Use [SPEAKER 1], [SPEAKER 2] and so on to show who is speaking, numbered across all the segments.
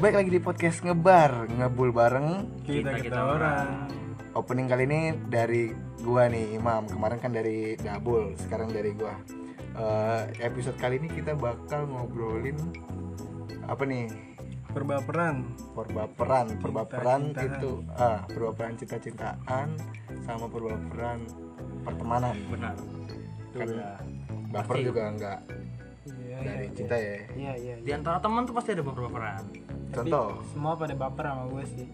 [SPEAKER 1] Baik lagi di podcast ngebar ngebul bareng.
[SPEAKER 2] Kita kita orang.
[SPEAKER 1] Opening kali ini dari gua nih Imam. Kemarin kan dari Dabul, sekarang dari gua. Eh, episode kali ini kita bakal ngobrolin apa nih
[SPEAKER 2] Perbaperan.
[SPEAKER 1] perbaperan perbaperan
[SPEAKER 2] Cinta-cintaan.
[SPEAKER 1] itu ah perbaperan cinta-cintaan sama perbaperan pertemanan
[SPEAKER 3] benar
[SPEAKER 1] kan
[SPEAKER 2] ya.
[SPEAKER 1] baper juga enggak
[SPEAKER 2] Iya
[SPEAKER 1] dari cinta ya
[SPEAKER 2] iya iya.
[SPEAKER 3] di antara teman tuh pasti ada beberapa peran
[SPEAKER 1] contoh
[SPEAKER 2] Semua pada baper sama gue sih.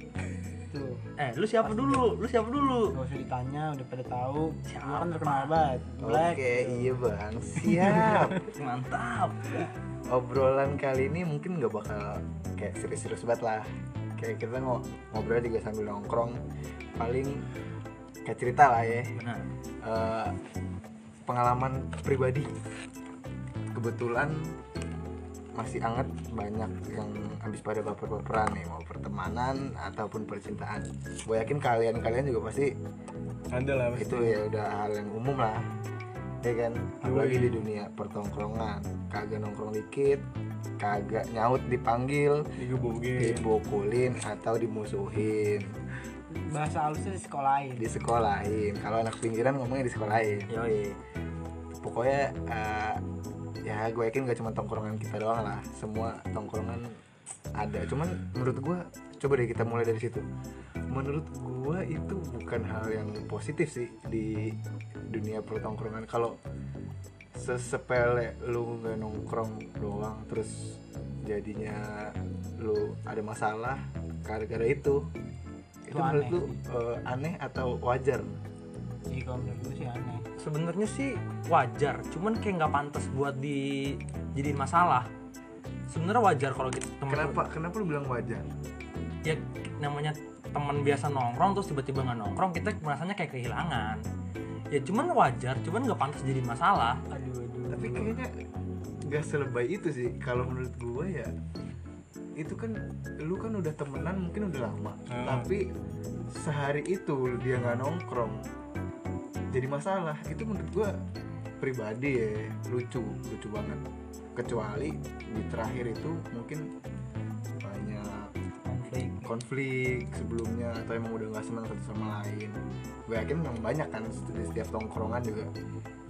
[SPEAKER 2] Tuh,
[SPEAKER 3] eh lu siapa dulu lu siapa dulu
[SPEAKER 2] gak usah ditanya, udah pada tahu. Gue kan terkenal banget. Black.
[SPEAKER 1] oke iya bang siap
[SPEAKER 3] mantap
[SPEAKER 2] Iya.
[SPEAKER 1] obrolan kali ini mungkin nggak bakal kayak serius-serius banget lah kayak kita ngo- ngobrol juga sambil nongkrong paling kayak cerita lah ya
[SPEAKER 3] benar
[SPEAKER 1] Eh, pengalaman pribadi kebetulan masih anget banyak yang habis pada baper-baperan nih mau pertemanan ataupun percintaan gue yakin kalian-kalian juga pasti
[SPEAKER 2] Ada lah.
[SPEAKER 1] itu ya udah hal yang umum lah ya kan apalagi di dunia pertongkrongan kagak nongkrong dikit kagak nyaut dipanggil
[SPEAKER 2] Digebukin.
[SPEAKER 1] dibokulin atau dimusuhin
[SPEAKER 2] Bahasa halusnya di sekolahin.
[SPEAKER 1] disekolahin kalau anak pinggiran ngomongnya disekolahin
[SPEAKER 3] yoi
[SPEAKER 1] pokoknya eh, ya gue yakin gak cuma tongkrongan kita doang lah semua tongkrongan ada cuman menurut gue coba deh kita mulai dari situ menurut gue itu bukan hal yang positif sih di dunia pertongkrongan kalau sesepele lu nggak nongkrong doang terus jadinya lu ada masalah gara-gara itu itu
[SPEAKER 2] Itu
[SPEAKER 1] menurut
[SPEAKER 2] aneh
[SPEAKER 1] lu eh, aneh atau wajar
[SPEAKER 2] Iya kalau menurut gue sih aneh.
[SPEAKER 3] sebenarnya sih wajar cuman kayak nggak pantas buat di jadiin masalah sebenarnya wajar kalau kita temen
[SPEAKER 1] kenapa kenapa lu bilang wajar
[SPEAKER 3] ya namanya teman biasa nongkrong terus tiba-tiba nggak nongkrong kita merasanya kayak kehilangan ya cuman wajar cuman nggak pantas jadi masalah
[SPEAKER 2] Aduh aduh.
[SPEAKER 1] tapi kayaknya nggak selebay itu sih kalau menurut gue ya itu kan lu kan udah temenan mungkin udah lama tapi sehari itu dia nggak nongkrong jadi masalah itu menurut gue pribadi ya lucu lucu banget kecuali di terakhir itu mungkin banyak
[SPEAKER 2] konflik.
[SPEAKER 1] konflik sebelumnya atau emang udah nggak senang satu sama lain gue yakin memang banyak kan di setiap tongkrongan juga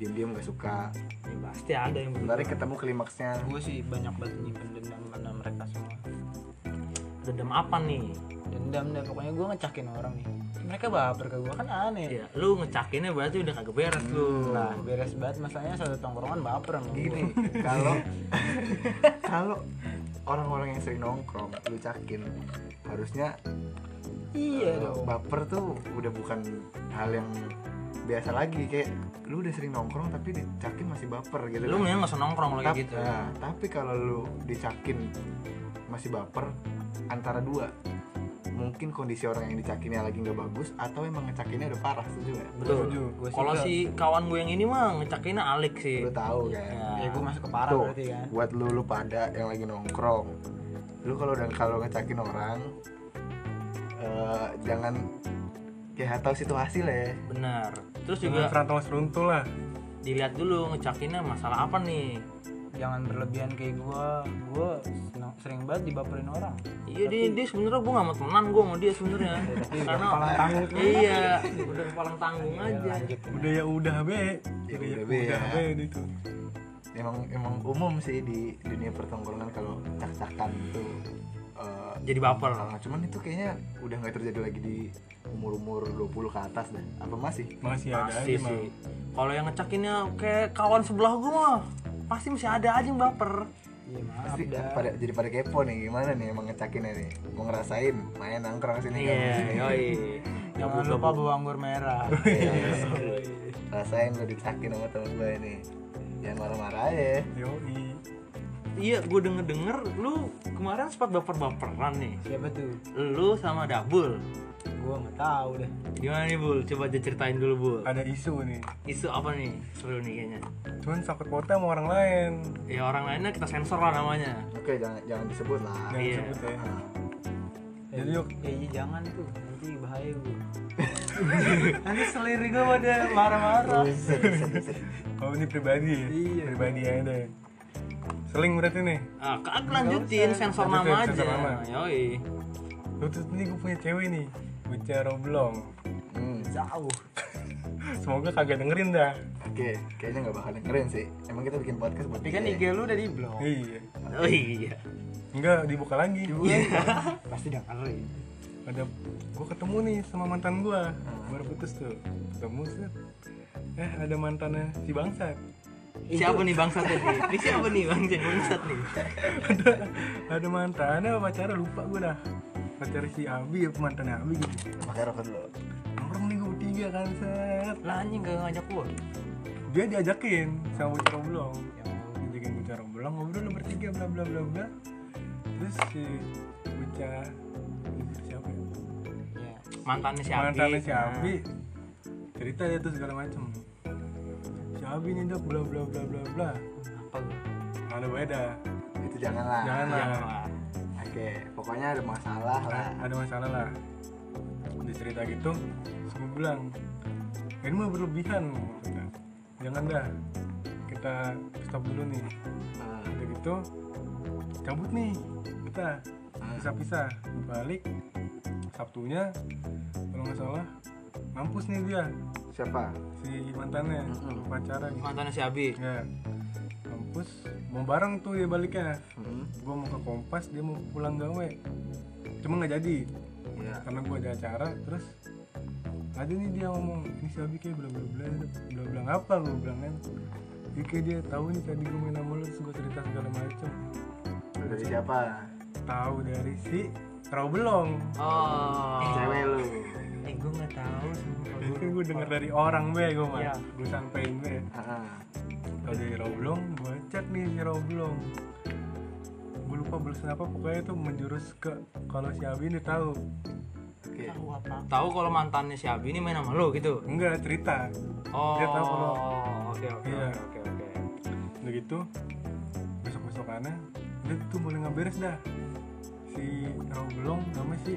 [SPEAKER 1] diem-diem nggak suka
[SPEAKER 3] ya pasti ada yang
[SPEAKER 1] sebenarnya ketemu klimaksnya
[SPEAKER 2] Gue sih banyak banget nyimpen dendam sama mereka semua.
[SPEAKER 3] dendam apa nih
[SPEAKER 2] Dendam deh pokoknya gue ngecakin orang nih. Mereka baper ke gue kan aneh.
[SPEAKER 3] ya lu ngecakinnya berarti udah kagak beres lu
[SPEAKER 2] Nah, beres banget masalahnya satu tongkrongan baper sama
[SPEAKER 1] gini
[SPEAKER 2] gua.
[SPEAKER 1] kalau kalau orang-orang yang sering nongkrong lu cakin harusnya
[SPEAKER 2] Iya
[SPEAKER 1] eh,
[SPEAKER 2] dong.
[SPEAKER 1] baper tuh udah bukan hal yang biasa lagi kayak lu udah sering nongkrong tapi dicakin masih baper gitu
[SPEAKER 3] lu
[SPEAKER 1] kan.
[SPEAKER 3] mendingan nggak usah nongkrong lo kayak
[SPEAKER 1] Tap-
[SPEAKER 3] gitu
[SPEAKER 2] ya.
[SPEAKER 1] nah, tapi kalau lu dicakin masih baper antara dua mungkin kondisi orang yang dicakinnya lagi nggak bagus atau emang ngecakinnya udah parah setuju ya
[SPEAKER 3] betul
[SPEAKER 2] Setuju, gua
[SPEAKER 3] kalau
[SPEAKER 2] setuju.
[SPEAKER 3] si kawan gue yang ini mah ngecakinnya alik sih
[SPEAKER 1] lu tahu kan
[SPEAKER 3] Ya.
[SPEAKER 2] Ya gue masuk ke parah
[SPEAKER 1] Tuh,
[SPEAKER 2] berarti kan.
[SPEAKER 1] buat lu lu pada yang lagi nongkrong lu kalau udah kalau ngecakin orang eh, jangan ya tahu situasi lah ya
[SPEAKER 3] benar terus
[SPEAKER 4] Jangan
[SPEAKER 1] Ah.
[SPEAKER 3] juga
[SPEAKER 4] perantau seruntul lah
[SPEAKER 3] dilihat dulu ngecakinnya masalah apa nih
[SPEAKER 2] Jangan berlebihan kayak gue. Gue senang- sering banget dibaperin orang.
[SPEAKER 3] iya dia dia sebenarnya gue gak mau temenan gue sama dia sebenarnya karena
[SPEAKER 2] Ya, Kepala tanggung Iya, tuh.
[SPEAKER 3] iya udah kepala tanggung aja
[SPEAKER 4] udah ya udah be
[SPEAKER 1] Ya
[SPEAKER 4] udah ya
[SPEAKER 1] udah be,
[SPEAKER 4] udah
[SPEAKER 1] ya.
[SPEAKER 4] be itu
[SPEAKER 1] emang emang umum sih di dunia pertongkrongan kalau cak-cakan tuh eh,
[SPEAKER 3] jadi baper
[SPEAKER 1] salah. cuman itu kayaknya udah nggak terjadi lagi di umur-umur 20 ke atas dah apa masih
[SPEAKER 2] Iya,
[SPEAKER 4] masih ada
[SPEAKER 3] pasti
[SPEAKER 4] aja
[SPEAKER 3] sih
[SPEAKER 4] mah
[SPEAKER 3] kalau yang ngecakinnya kayak kawan sebelah gue mah pasti masih ada aja yang baper
[SPEAKER 2] Iya maaf
[SPEAKER 1] pasti
[SPEAKER 2] dah.
[SPEAKER 1] pada jadi pada kepo nih gimana nih emang ngecakinnya nih mau ngerasain main nongkrong sini kan?
[SPEAKER 3] iya yoi
[SPEAKER 2] Jangan lupa bawa anggur merah.
[SPEAKER 1] Iya. rasain lu dicakin sama temen gue ini jangan marah-marah ya
[SPEAKER 4] yoi
[SPEAKER 3] iya gue denger denger lu kemarin sempat baper baperan nih
[SPEAKER 2] Siapa tuh?
[SPEAKER 3] lu sama Dabul
[SPEAKER 2] Gue nggak tahu deh.
[SPEAKER 3] gimana nih Bul coba aja ceritain dulu Bul
[SPEAKER 4] ada isu nih
[SPEAKER 3] isu apa nih seru nih kayaknya
[SPEAKER 4] cuman sakut kota sama orang lain
[SPEAKER 3] ya orang lainnya kita sensor lah namanya
[SPEAKER 1] oke jangan jangan disebut lah
[SPEAKER 4] jangan
[SPEAKER 3] Iya.
[SPEAKER 4] sebut ya
[SPEAKER 1] Nah,
[SPEAKER 4] Jadi yuk.
[SPEAKER 2] Eh, iya jangan tuh. Nanti bahaya gue. Nanti seliri gue pada marah-marah.
[SPEAKER 1] buset, buset, buset.
[SPEAKER 4] oh ini pribadi ya?
[SPEAKER 2] Iya.
[SPEAKER 4] pribadi aja deh so seling berarti nih
[SPEAKER 3] Ah, ke- aku lanjutin sensor
[SPEAKER 4] Lanjutin,
[SPEAKER 3] nama aja.
[SPEAKER 4] sensor nama.
[SPEAKER 3] Yoi.
[SPEAKER 4] Lu tuh nih gue punya cewek nih Bocah Roblong
[SPEAKER 1] Hmm.
[SPEAKER 3] Jauh.
[SPEAKER 4] Semoga kagak dengerin dah
[SPEAKER 1] Oke, kayaknya nggak bakal dengerin sih. Emang kita bikin podcast buat
[SPEAKER 2] Tapi kan IG
[SPEAKER 1] dia ya?
[SPEAKER 2] lu udah di blog.
[SPEAKER 4] Iya
[SPEAKER 3] Oh iya.
[SPEAKER 4] Enggak dibuka lagi
[SPEAKER 1] Iya.
[SPEAKER 4] Iya.
[SPEAKER 2] Pasti dengerin.
[SPEAKER 4] Ada Gue ketemu nih sama mantan gue
[SPEAKER 1] Ah.
[SPEAKER 4] Baru putus tuh Ketemu set Eh ada mantannya si Bangsat
[SPEAKER 3] Siapa nih Bang Sat ini? Ini siapa nih Bang Sat? Bang Sat nih.
[SPEAKER 4] ada ada mantannya apa pacarnya lupa gue dah pacar si Abi ya mantannya Abi gitu
[SPEAKER 1] Pakai rokok dulu.
[SPEAKER 4] nongkrong nih gue bertiga kan set
[SPEAKER 3] Lah anjing gak ngajak gua.
[SPEAKER 4] dia diajakin sama bocah roblong diajakin bocah roblong ngobrol lu bertiga bla bla bla bla terus si bocah siapa ya
[SPEAKER 2] Ya.
[SPEAKER 3] Mantannya si Abi. Nah.
[SPEAKER 4] mantannya si Abi cerita dia tuh segala macem si Abi nih dok bla bla bla bla bla
[SPEAKER 2] Apa gua?
[SPEAKER 4] ada beda
[SPEAKER 1] Itu janganlah.
[SPEAKER 4] jangan
[SPEAKER 3] Nah,
[SPEAKER 4] lah
[SPEAKER 3] iya, Pak.
[SPEAKER 1] Oke, pokoknya ada masalah lah.
[SPEAKER 4] ada masalah lah di cerita gitu terus gue bilang ini mah berlebihan gitu kan. jangan dah kita stop dulu nih
[SPEAKER 1] Ah,
[SPEAKER 4] udah gitu cabut nih kita
[SPEAKER 1] Ah.
[SPEAKER 4] pisah-pisah balik sabtunya kalau nggak salah mampus nih dia
[SPEAKER 1] Siapa?
[SPEAKER 4] si mantannya
[SPEAKER 1] Mm-mm.
[SPEAKER 4] pacaran gitu
[SPEAKER 3] Mantannya si Abi.
[SPEAKER 4] ya mampus mau bareng tuh dia baliknya
[SPEAKER 1] Hmm.
[SPEAKER 4] gue mau ke kompas dia mau pulang gawe cuma nggak jadi
[SPEAKER 1] Ya.
[SPEAKER 4] karena gue ada acara terus ada nih dia ngomong ini si Abi kayak bla bla bla bla bla apa gue bilang kan Dia kayak dia tahu nih tadi gue main sama lu terus gue cerita segala macem
[SPEAKER 1] Dari siapa?
[SPEAKER 4] tahu dari si Roblong
[SPEAKER 3] Oh.
[SPEAKER 1] Cewek lu.
[SPEAKER 2] Eh gua nggak tahu semua
[SPEAKER 4] jadi
[SPEAKER 3] Iya.
[SPEAKER 4] kan gue denger dari orang be gue mah
[SPEAKER 2] Iya.
[SPEAKER 4] gue sampein be
[SPEAKER 1] Ah,
[SPEAKER 4] tahu dari Roblong gue chat nih si Roblong gue lupa balasan apa pokoknya itu menjurus ke kalau si Abi ini tahu
[SPEAKER 1] Oke.
[SPEAKER 2] Tahu apa?
[SPEAKER 3] Tahu kalau mantannya si Abi ini main sama lo gitu.
[SPEAKER 4] enggak cerita
[SPEAKER 3] Oh.
[SPEAKER 4] Dia tahu kalau-
[SPEAKER 3] Oke oke
[SPEAKER 4] Iya.
[SPEAKER 3] oke, oke oke.
[SPEAKER 4] udah gitu besok besokannya udah tuh mulai nggak beres dah si rawa belong namanya si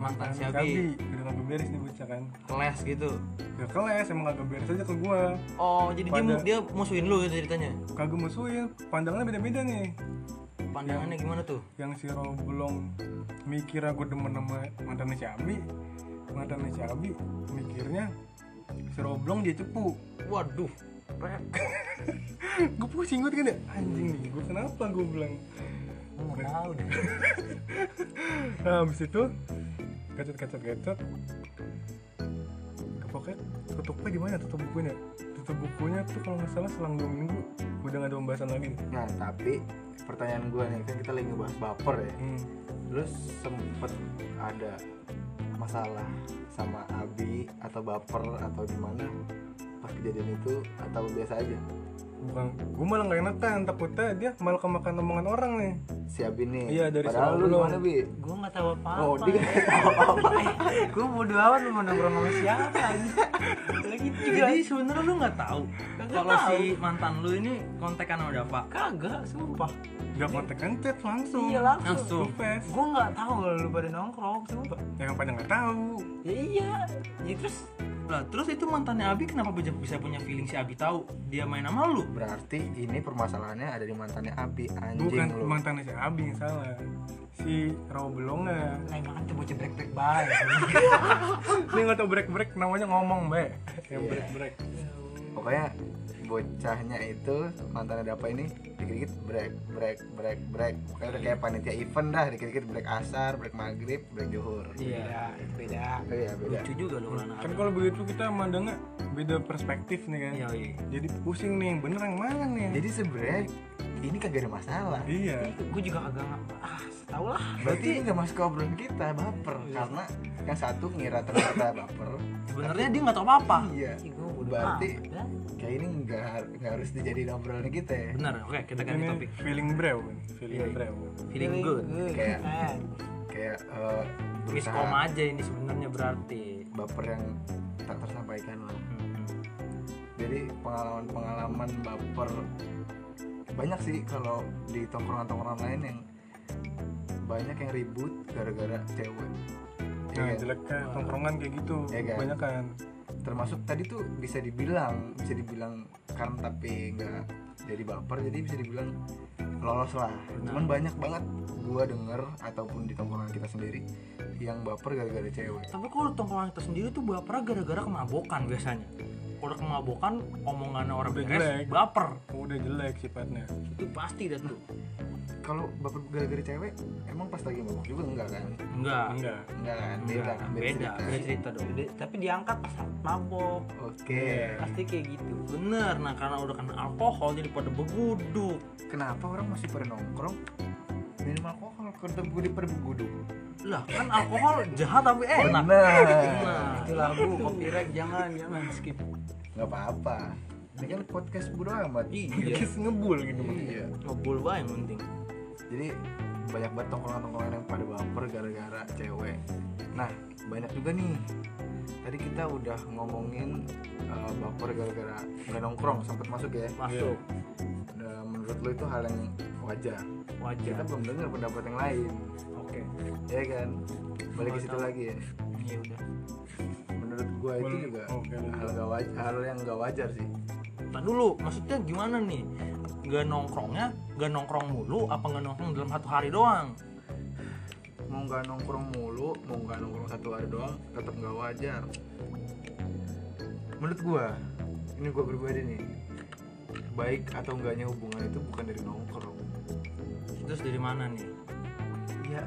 [SPEAKER 3] Mantan si Abi.
[SPEAKER 4] Abi udah nggak beres nih bocah kan
[SPEAKER 3] Kelas gitu.
[SPEAKER 4] ya kelas emang nggak beres aja ke gua
[SPEAKER 3] Oh, jadi dia
[SPEAKER 4] Pada-
[SPEAKER 3] mu- dia musuhin lu gitu ceritanya.
[SPEAKER 4] kagak musuhin pandangannya beda beda nih
[SPEAKER 3] Pandangannya gimana tuh?
[SPEAKER 4] yang si rawa belong mikir aku demen sama mantannya si Abi mantannya si Abi mikirnya si rawa belong dia cepu
[SPEAKER 3] Waduh.
[SPEAKER 4] gue pusing gue kan ya anjing nih gue kenapa gue bilang
[SPEAKER 2] Gua nggak tahu deh.
[SPEAKER 4] Nah, habis itu kacet kacet kacet pokoknya tutupnya di mana tutup bukunya tutup bukunya tuh kalau nggak salah selang dua minggu udah nggak ada pembahasan lagi nih.
[SPEAKER 1] Nah, tapi pertanyaan gua nih, kan kita lagi ngebahas baper ya.
[SPEAKER 4] hmm.
[SPEAKER 1] Lu sempet ada masalah sama Abi atau baper atau gimana pas kejadian itu atau biasa aja?
[SPEAKER 4] bukan gue malah nggak enakan takutnya dia malah kemakan omongan orang nih
[SPEAKER 1] Si Abi nih.
[SPEAKER 4] Iya, dari
[SPEAKER 1] Padahal
[SPEAKER 4] Solo
[SPEAKER 1] lu
[SPEAKER 4] lu.
[SPEAKER 1] gimana, Bi?
[SPEAKER 2] Gua nggak tahu apa.
[SPEAKER 1] Oh, dia
[SPEAKER 2] Gua bodo amat lu mau nongkrong sama siapa anjing. Lagi juga.
[SPEAKER 3] Jadi sebenarnya lu nggak tahu
[SPEAKER 2] Kagak
[SPEAKER 3] kalau
[SPEAKER 2] tahu.
[SPEAKER 3] si mantan lu ini kontekan sama siapa?
[SPEAKER 2] Kagak, sumpah.
[SPEAKER 4] nggak kontak kan chat langsung
[SPEAKER 2] Iya
[SPEAKER 3] Langsung.
[SPEAKER 2] langsung.
[SPEAKER 4] Lupes.
[SPEAKER 2] Gua nggak tahu kalau lu pada nongkrong, sumpah.
[SPEAKER 4] yang pada nggak tahu
[SPEAKER 2] Ya iya. Ya terus
[SPEAKER 3] Lah, terus itu mantannya Abi kenapa bisa, bisa punya feeling si Abi tahu dia main sama lu?
[SPEAKER 1] Berarti ini permasalahannya ada di mantannya Abi anjing
[SPEAKER 4] bukan
[SPEAKER 1] lu.
[SPEAKER 4] mantannya si Abi yang salah si ya. Rawa Belonga
[SPEAKER 2] lah emang kan tuh bocah brek-brek banget.
[SPEAKER 4] ini nggak tau break break namanya ngomong Ya, be yang break break
[SPEAKER 1] Pokoknya bocahnya itu mantannya ada apa ini dikit-dikit break break break break pokoknya udah kayak panitia event dah dikit-dikit break asar break maghrib break zuhur
[SPEAKER 2] Beda, Iya, beda.
[SPEAKER 1] oh, iya beda
[SPEAKER 3] Lucu juga lu Lana.
[SPEAKER 4] kan kalau begitu kita mandangnya beda perspektif nih kan
[SPEAKER 3] Iya, iya.
[SPEAKER 4] jadi pusing nih bener yang mana nih
[SPEAKER 1] jadi sebenarnya ini kagak ada masalah
[SPEAKER 4] iya
[SPEAKER 2] Gue juga kagak ngapa. Ah, tau lah.
[SPEAKER 1] berarti ini gak masuk ke obrolan kita baper
[SPEAKER 2] Iya.
[SPEAKER 1] karena yang satu ngira teman kita baper
[SPEAKER 3] Sebenarnya dia nggak tahu apa-apa.
[SPEAKER 1] iya
[SPEAKER 2] Ih, gua bodo
[SPEAKER 1] Berarti-
[SPEAKER 2] amat ya. dah.
[SPEAKER 1] kayak ini nggak har- nggak harus dijadiin obrolan kita ya
[SPEAKER 3] Benar. Oke, kita ganti
[SPEAKER 4] ini
[SPEAKER 3] topik.
[SPEAKER 4] feeling brew kan feeling
[SPEAKER 3] Iya.
[SPEAKER 4] brew
[SPEAKER 3] Feeling good.
[SPEAKER 1] Kayak-
[SPEAKER 2] Eh,
[SPEAKER 1] kayak eh,
[SPEAKER 3] Miskom
[SPEAKER 1] berusaha
[SPEAKER 3] aja ini sebenarnya berarti.
[SPEAKER 1] baper yang tak tersampaikan lah
[SPEAKER 2] Mm-hmm.
[SPEAKER 3] Hmm.
[SPEAKER 1] jadi pengalaman-pengalaman baper banyak sih kalau di tongkrongan-tongkrongan lain yang banyak yang ribut gara-gara cewek Ya
[SPEAKER 4] nah
[SPEAKER 1] kan?
[SPEAKER 4] jelek kan tongkrongan kayak gitu
[SPEAKER 1] Iya kan?
[SPEAKER 4] banyak kan
[SPEAKER 1] termasuk tadi tuh bisa dibilang bisa dibilang karena tapi nggak jadi baper jadi bisa dibilang lolos lah cuman banyak banget gua denger ataupun di tongkrongan kita sendiri yang baper gara-gara cewek
[SPEAKER 3] tapi kalau di tongkrongan kita sendiri tuh bapernya gara-gara kemabokan biasanya kalau kemabokan omongannya orang
[SPEAKER 4] Udah
[SPEAKER 3] beres
[SPEAKER 2] ya.
[SPEAKER 4] jelek.
[SPEAKER 3] baper
[SPEAKER 4] udah jelek sifatnya
[SPEAKER 3] itu pasti dah tuh
[SPEAKER 1] kalau baper gara-gara cewek emang pas lagi mabok juga enggak kan
[SPEAKER 3] enggak
[SPEAKER 4] enggak
[SPEAKER 1] enggak kan beda
[SPEAKER 3] enggak
[SPEAKER 1] kan beda,
[SPEAKER 3] beda
[SPEAKER 1] cerita.
[SPEAKER 3] beda cerita dong
[SPEAKER 2] Udah, tapi diangkat pas mabok
[SPEAKER 1] oke
[SPEAKER 3] Iya.
[SPEAKER 2] pasti kayak gitu
[SPEAKER 3] bener nah karena udah kena alkohol jadi pada beguduk
[SPEAKER 1] kenapa orang masih pada nongkrong minum alkohol ketemu gue di perguduk
[SPEAKER 3] lah kan alkohol jahat tapi enak
[SPEAKER 1] benar
[SPEAKER 3] nah
[SPEAKER 2] itu lagu copyright jangan jangan skip
[SPEAKER 1] nggak apa-apa ini kan podcast bodo amat
[SPEAKER 3] Iya.
[SPEAKER 1] podcast ngebul gitu iya.
[SPEAKER 3] ngebul banget yang penting
[SPEAKER 1] jadi banyak banget tongkrongan-tongkrongan yang pada baper gara-gara cewek nah banyak juga nih tadi kita udah ngomongin eh, baper gara-gara nggak nongkrong sempat masuk ya
[SPEAKER 3] masuk
[SPEAKER 1] Nah, menurut lo itu hal yang wajar
[SPEAKER 3] wajar
[SPEAKER 1] kita belum dengar pendapat yang lain
[SPEAKER 3] oke
[SPEAKER 1] ya kan balik ke situ lagi ya
[SPEAKER 3] iya udah
[SPEAKER 1] menurut gua itu
[SPEAKER 4] Boleh.
[SPEAKER 1] juga
[SPEAKER 4] Oke.
[SPEAKER 1] hal gak wajar hal yang gak wajar sih
[SPEAKER 3] Ntar dulu, maksudnya gimana nih? Gak nongkrongnya, gak nongkrong mulu, apa gak nongkrong dalam satu hari doang?
[SPEAKER 1] mau nggak nongkrong mulu mau nggak nongkrong satu hari doang tetap nggak wajar menurut gua ini gua pribadi nih baik atau enggaknya hubungan itu bukan dari nongkrong
[SPEAKER 3] Terus dari mana nih?
[SPEAKER 1] ya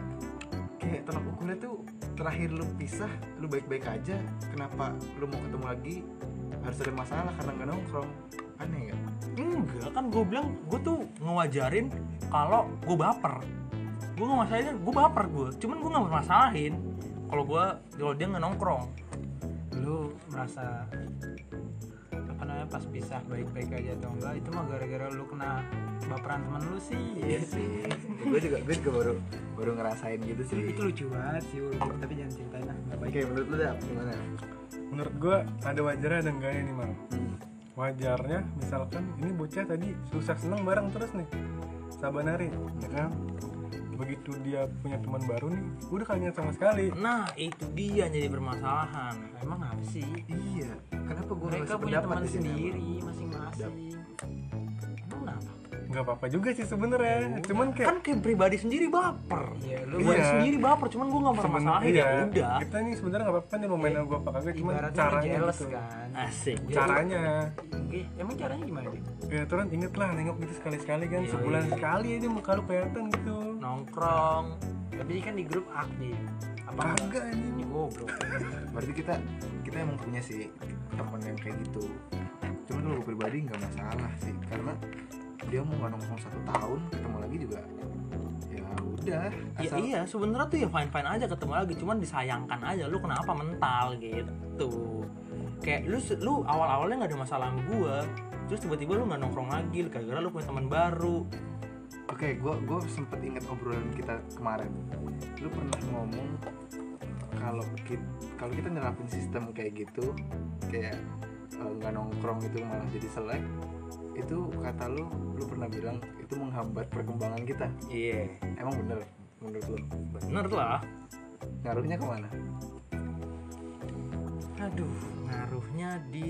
[SPEAKER 1] kayak tolak ukurnya tuh terakhir lu pisah lu baik-baik aja kenapa lu mau ketemu lagi harus ada masalah karena nggak nongkrong aneh nggak
[SPEAKER 3] Enggak, kan gue bilang, gue tuh ngewajarin kalau gue baper. Gue gak masalahin, gue baper gue. Cuman gue gak masalahin kalau gue kalau dia nggak nongkrong.
[SPEAKER 2] lu merasa apa namanya pas pisah baik-baik aja atau enggak itu mah gara-gara lu kena baperan temen lu sih
[SPEAKER 1] Iya sih gue juga gue juga baru baru ngerasain gitu sih
[SPEAKER 2] itu lucu banget sih Ul. tapi jangan ceritain
[SPEAKER 3] Ah,
[SPEAKER 2] lah nggak baik
[SPEAKER 1] Oke, menurut lu dap gimana?
[SPEAKER 4] menurut gua ada wajarnya ada enggaknya nih mam
[SPEAKER 1] Hmm.
[SPEAKER 4] wajarnya misalkan ini bocah tadi susah senang bareng terus nih sabanari ya kan begitu dia punya teman baru nih udah kalian sama sekali
[SPEAKER 3] Nah, itu dia yang jadi permasalahan.
[SPEAKER 2] emang apa sih
[SPEAKER 1] Iya, kenapa gue
[SPEAKER 2] mereka punya teman sendiri masing-masing
[SPEAKER 3] Itu kenapa?
[SPEAKER 4] nggak apa-apa juga sih sebenarnya cuman kayak
[SPEAKER 3] Kan kayak pribadi sendiri baper.
[SPEAKER 2] Iya, lu
[SPEAKER 3] Pribadi
[SPEAKER 4] Iya.
[SPEAKER 3] sendiri baper, cuman gue gak
[SPEAKER 4] sebenarnya
[SPEAKER 3] masalahin ya udah.
[SPEAKER 4] iya, kita nih sebenarnya nggak apa-apa nih mau main sama gua apa kagak cuman
[SPEAKER 2] ibaratnya lu
[SPEAKER 4] caranya
[SPEAKER 2] jealous
[SPEAKER 4] gitu.
[SPEAKER 2] kan
[SPEAKER 3] Asik.
[SPEAKER 4] caranya
[SPEAKER 2] Eh, emang caranya gimana deh
[SPEAKER 4] ya turun inget lah nengok gitu sekali-sekali kan sebulan sekali aja muka lu kelihatan gitu
[SPEAKER 3] Nongkrong,
[SPEAKER 2] tapi dia kan di grup aktif apa enggak
[SPEAKER 4] kagak ini
[SPEAKER 2] ini goblok
[SPEAKER 1] Berarti kita kita emang punya sih teman yang kayak gitu. Cuman kalau gue pribadi nggak masalah sih, karena dia mau nggak nongkrong satu tahun, ketemu lagi juga ya udah.
[SPEAKER 3] Ya,
[SPEAKER 1] Asal
[SPEAKER 3] iya, sebenarnya tuh ya fine fine aja ketemu lagi, cuman disayangkan aja. Lu kenapa mental gitu? Kayak lu se- lu awal awalnya nggak ada masalah sama gua, terus tiba-tiba lu nggak nongkrong lagi, gara-gara lu punya teman baru.
[SPEAKER 1] Oke, gue gue sempet inget obrolan kita kemarin. Lu pernah ngomong kalau kita kalau kita nerapin sistem kayak gitu, kayak eh, nggak nongkrong itu malah jadi selek. Itu kata lu, lu pernah bilang itu menghambat perkembangan kita.
[SPEAKER 3] Iya,
[SPEAKER 1] Emang bener menurut lu?
[SPEAKER 3] bener lah.
[SPEAKER 1] Ngaruhnya kemana?
[SPEAKER 3] Aduh, ngaruhnya di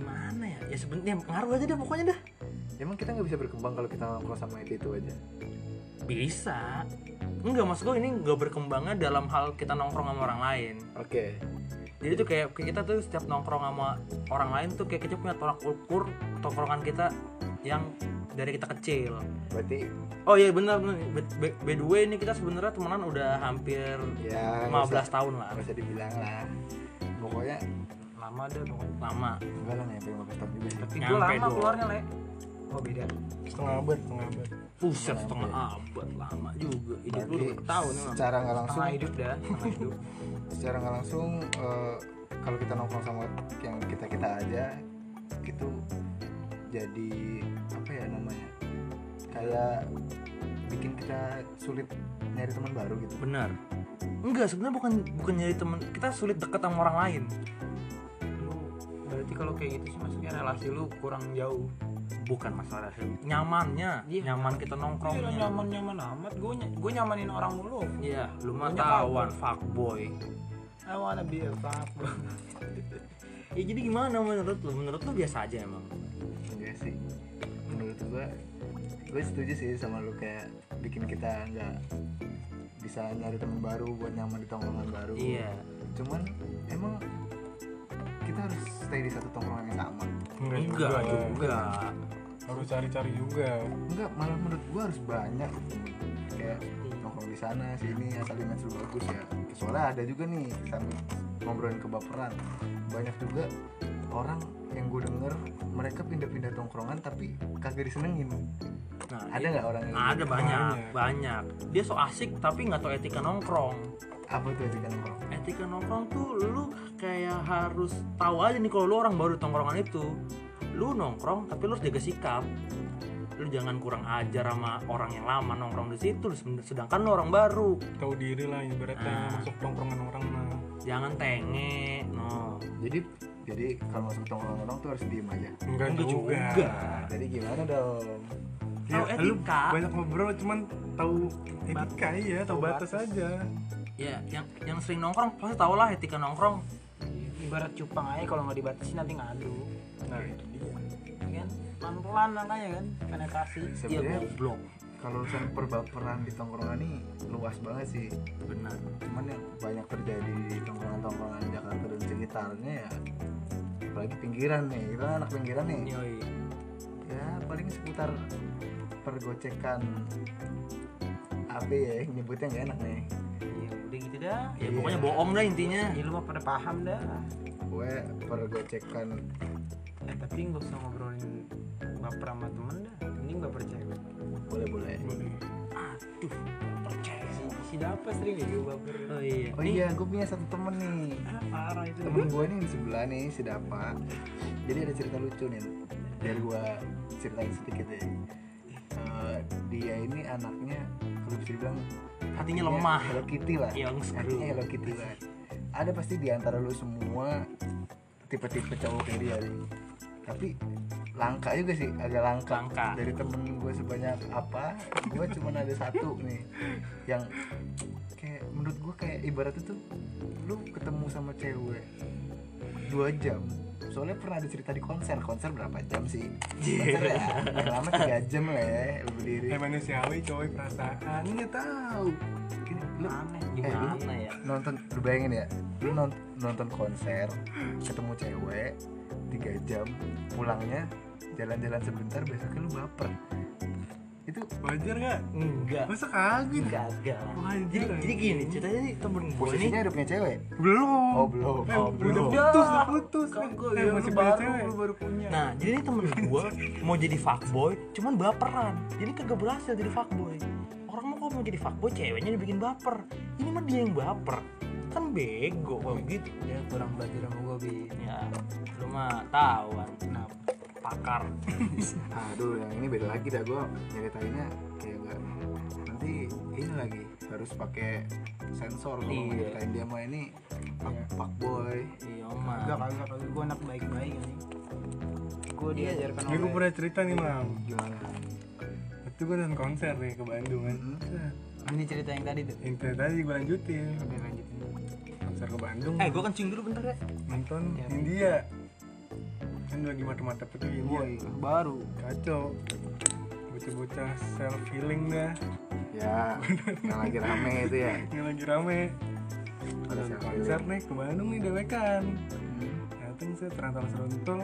[SPEAKER 3] mana ya? Ya sebenarnya ngaruh aja deh pokoknya dah.
[SPEAKER 1] Emang kita nggak bisa berkembang kalau kita nongkrong sama itu itu aja.
[SPEAKER 3] Bisa. Enggak maksud gua ini nggak berkembangnya dalam hal kita nongkrong sama orang lain.
[SPEAKER 1] Oke.
[SPEAKER 3] jadi tuh kayak kayak kita tuh setiap nongkrong sama orang lain tuh kayak kita punya tolak ukur tongkrongan kita yang dari kita kecil
[SPEAKER 1] Berarti
[SPEAKER 3] oh iya benar benar by, by- by the way ini kita sebenarnya temenan udah hampir
[SPEAKER 1] ya
[SPEAKER 3] 15
[SPEAKER 1] nggak usah-
[SPEAKER 3] tahun lah
[SPEAKER 1] nggak usah dibilang lah. Pokoknya
[SPEAKER 2] lama deh pokoknya
[SPEAKER 3] lama
[SPEAKER 1] enggak lah nyampe 15 tahun juga sih.
[SPEAKER 2] tapi
[SPEAKER 3] Nyampe
[SPEAKER 2] gue lama
[SPEAKER 3] dong.
[SPEAKER 2] keluarnya le oh beda
[SPEAKER 4] setengah abad setengah abad
[SPEAKER 3] Buset setengah abad lama juga hidup lu
[SPEAKER 1] Berarti
[SPEAKER 3] udah tahun ya
[SPEAKER 1] secara nggak langsung
[SPEAKER 2] setengah hidup dah setengah hidup
[SPEAKER 1] secara nggak langsung eh, kalau kita nongkrong sama yang kita kita aja itu jadi apa ya namanya kayak bikin kita sulit nyari teman baru gitu
[SPEAKER 3] benar enggak sebenarnya bukan bukan nyari teman kita sulit deket sama orang lain
[SPEAKER 2] lu berarti kalau kayak gitu sih maksudnya relasi lu kurang jauh
[SPEAKER 3] bukan masalah sih. nyamannya
[SPEAKER 2] Iya.
[SPEAKER 3] nyaman kita
[SPEAKER 2] Iya
[SPEAKER 3] nongkrongnya
[SPEAKER 2] nyaman nyaman amat gue gue nyamanin orang mulu
[SPEAKER 3] iya lu mah
[SPEAKER 2] Punya
[SPEAKER 3] tawan fuckboy
[SPEAKER 2] I wanna be a fuckboy
[SPEAKER 3] ya jadi gimana menurut lu menurut lu biasa aja emang
[SPEAKER 1] Iya sih menurut gue setuju sih sama lu kayak bikin kita nggak bisa nyari teman baru buat nyaman di tongkrongan baru
[SPEAKER 3] Iya.
[SPEAKER 1] cuman emang kita harus stay di satu tongkrongan yang sama
[SPEAKER 3] Enggak juga.
[SPEAKER 4] harus cari-cari juga
[SPEAKER 1] enggak malah menurut gue harus banyak kayak nongkrong di sana sini asal di match lu bagus ya soalnya ada juga nih sambil ngobrolin kebaperan banyak juga orang yang gue denger mereka pindah-pindah tongkrongan tapi kagak disenengin
[SPEAKER 3] Nah,
[SPEAKER 1] ada nggak orang yang gitu?
[SPEAKER 3] ada banyak,
[SPEAKER 4] Banyak.
[SPEAKER 3] banyak. Dia so asik tapi nggak tahu etika nongkrong.
[SPEAKER 1] apa tuh aja nongkrong
[SPEAKER 3] etika nongkrong tuh lu kayak harus tahu aja nih kalau lu orang baru di tongkrongan itu lu nongkrong tapi lu harus jaga sikap lu jangan kurang ajar sama orang yang lama nongkrong di situ lu sed- sedangkan lu orang baru
[SPEAKER 4] tahu diri lah ibaratnya
[SPEAKER 3] Ah.
[SPEAKER 4] masuk tongkrongan orang mah
[SPEAKER 3] jangan tenge no
[SPEAKER 1] jadi jadi kalau masuk tongkrongan orang tuh harus diem aja
[SPEAKER 4] enggak,
[SPEAKER 3] Enggak
[SPEAKER 4] juga,
[SPEAKER 3] juga.
[SPEAKER 1] nah, jadi gimana dong
[SPEAKER 3] Tahu
[SPEAKER 4] Ya, lu
[SPEAKER 3] etika.
[SPEAKER 4] banyak ngobrol cuman tahu etika iya tahu batas, aja
[SPEAKER 3] ya yang yang sering nongkrong pasti tau lah etika nongkrong
[SPEAKER 2] ibarat cupang aja kalau nggak dibatasi nanti ngadu
[SPEAKER 4] nah itu dia
[SPEAKER 2] ya kan pelan pelan makanya kan penetrasi Iya,
[SPEAKER 3] dia
[SPEAKER 1] sebenarnya
[SPEAKER 3] goblok
[SPEAKER 1] kalau urusan perbaperan di tongkrongan ini luas banget sih
[SPEAKER 3] benar
[SPEAKER 1] cuman yang banyak terjadi di tongkrongan-tongkrongan Jakarta dan sekitarnya ya apalagi pinggiran nih kita anak pinggiran nih
[SPEAKER 2] Iya.
[SPEAKER 3] Yoi.
[SPEAKER 1] ya paling seputar pergocekan apa ya nyebutnya nggak enak nih
[SPEAKER 2] Iya,
[SPEAKER 3] ya udah gitu dah ya
[SPEAKER 1] Iya.
[SPEAKER 3] pokoknya bohong dah intinya
[SPEAKER 2] ya lu mah pada paham dah
[SPEAKER 1] gue pergocekan
[SPEAKER 2] eh tapi nggak usah ngobrolin baper sama temen dah mending baper cewek
[SPEAKER 1] boleh boleh
[SPEAKER 4] boleh
[SPEAKER 3] aduh percaya
[SPEAKER 2] si, si dapa sering ya gue baper
[SPEAKER 3] oh iya
[SPEAKER 1] oh
[SPEAKER 3] Nih,
[SPEAKER 1] iya gue punya satu temen nih
[SPEAKER 2] ah parah itu
[SPEAKER 1] temen gue nih di sebelah nih si Dapa jadi ada cerita lucu nih biar gue ceritain sedikit
[SPEAKER 2] Iya.
[SPEAKER 1] ya Eh, dia ini anaknya kalau bisa dibilang
[SPEAKER 3] hatinya lemah
[SPEAKER 1] Iya, Hello Kitty lah
[SPEAKER 3] Yang screw.
[SPEAKER 1] Hatinya Hello Kitty banget ada pasti di antara lu semua tipe-tipe cowok kayak dia nih. tapi langka juga sih agak langka,
[SPEAKER 3] Langka.
[SPEAKER 1] dari temen gue sebanyak apa gue cuma ada satu nih yang kayak menurut gue kayak ibaratnya tuh lu ketemu sama cewek dua jam soalnya pernah ada cerita di konser konser berapa jam sih
[SPEAKER 3] Iya.
[SPEAKER 1] konser ya yang lama tiga jam lah ya lu berdiri
[SPEAKER 4] eh manusiawi coy perasaan iya,
[SPEAKER 1] Aneh tahu Gini, lu
[SPEAKER 2] aneh
[SPEAKER 1] Eh,
[SPEAKER 3] gimana ya
[SPEAKER 1] nonton lu bayangin ya lu non- nonton konser ketemu cewek tiga jam pulangnya jalan-jalan sebentar besoknya lu baper itu
[SPEAKER 4] wajar nggak
[SPEAKER 1] Iya.
[SPEAKER 3] enggak
[SPEAKER 4] masa kagak
[SPEAKER 3] gagal
[SPEAKER 4] Wajar.
[SPEAKER 3] jadi, jadi gini ceritanya nih temen gue ini
[SPEAKER 1] posisinya udah punya cewek
[SPEAKER 4] belum
[SPEAKER 1] oh belum
[SPEAKER 4] Eh,
[SPEAKER 3] Oh,
[SPEAKER 4] udah
[SPEAKER 3] belum.
[SPEAKER 4] putus udah putus
[SPEAKER 2] Kagak,
[SPEAKER 4] Eh,
[SPEAKER 3] iya,
[SPEAKER 2] ya, lu
[SPEAKER 4] masih punya
[SPEAKER 2] baru,
[SPEAKER 4] cewek
[SPEAKER 2] lu baru punya
[SPEAKER 3] nah jadi ini temen gue mau jadi fuckboy cuman baperan jadi kagak berhasil jadi fuckboy orang mau kok mau jadi fuckboy ceweknya dibikin baper ini mah dia yang baper kan bego kalau gitu
[SPEAKER 2] dia Iya, kurang belajar sama gue bi
[SPEAKER 3] ya lu mah tahu kan
[SPEAKER 2] kenapa
[SPEAKER 3] pakar
[SPEAKER 1] aduh yang ini beda lagi dah gua nyeritainnya kayak gak nanti ini lagi harus pakai sensor kalau
[SPEAKER 3] Iya.
[SPEAKER 1] nyeritain dia mah ini pak boy
[SPEAKER 3] iya
[SPEAKER 2] Enggak
[SPEAKER 3] mah
[SPEAKER 2] kagak kagak gue anak baik-baik ini. Gue
[SPEAKER 3] Iya.
[SPEAKER 2] diajarkan
[SPEAKER 4] ini gue
[SPEAKER 2] oleh
[SPEAKER 4] pernah cerita nih mam
[SPEAKER 1] gimana
[SPEAKER 4] itu gue nonton konser nih ke Bandung kan
[SPEAKER 3] Hmm.
[SPEAKER 4] Set.
[SPEAKER 2] ini cerita yang tadi tuh.
[SPEAKER 4] yang tadi- tadi gue lanjutin
[SPEAKER 2] Oke lanjutin.
[SPEAKER 4] konser ke Bandung
[SPEAKER 3] eh gue kencing dulu bentar ya
[SPEAKER 4] Iya, nonton Iya, India kan lagi mata-mata itu India
[SPEAKER 2] Woi, baru.
[SPEAKER 4] kacau bocah-bocah self healing dah
[SPEAKER 1] ya yang lagi rame itu ya
[SPEAKER 4] yang lagi rame
[SPEAKER 1] Pada
[SPEAKER 4] Nonton
[SPEAKER 1] self
[SPEAKER 4] konser nih ke Bandung nih dewekan
[SPEAKER 1] Hmm.
[SPEAKER 4] dateng sih terantau serontol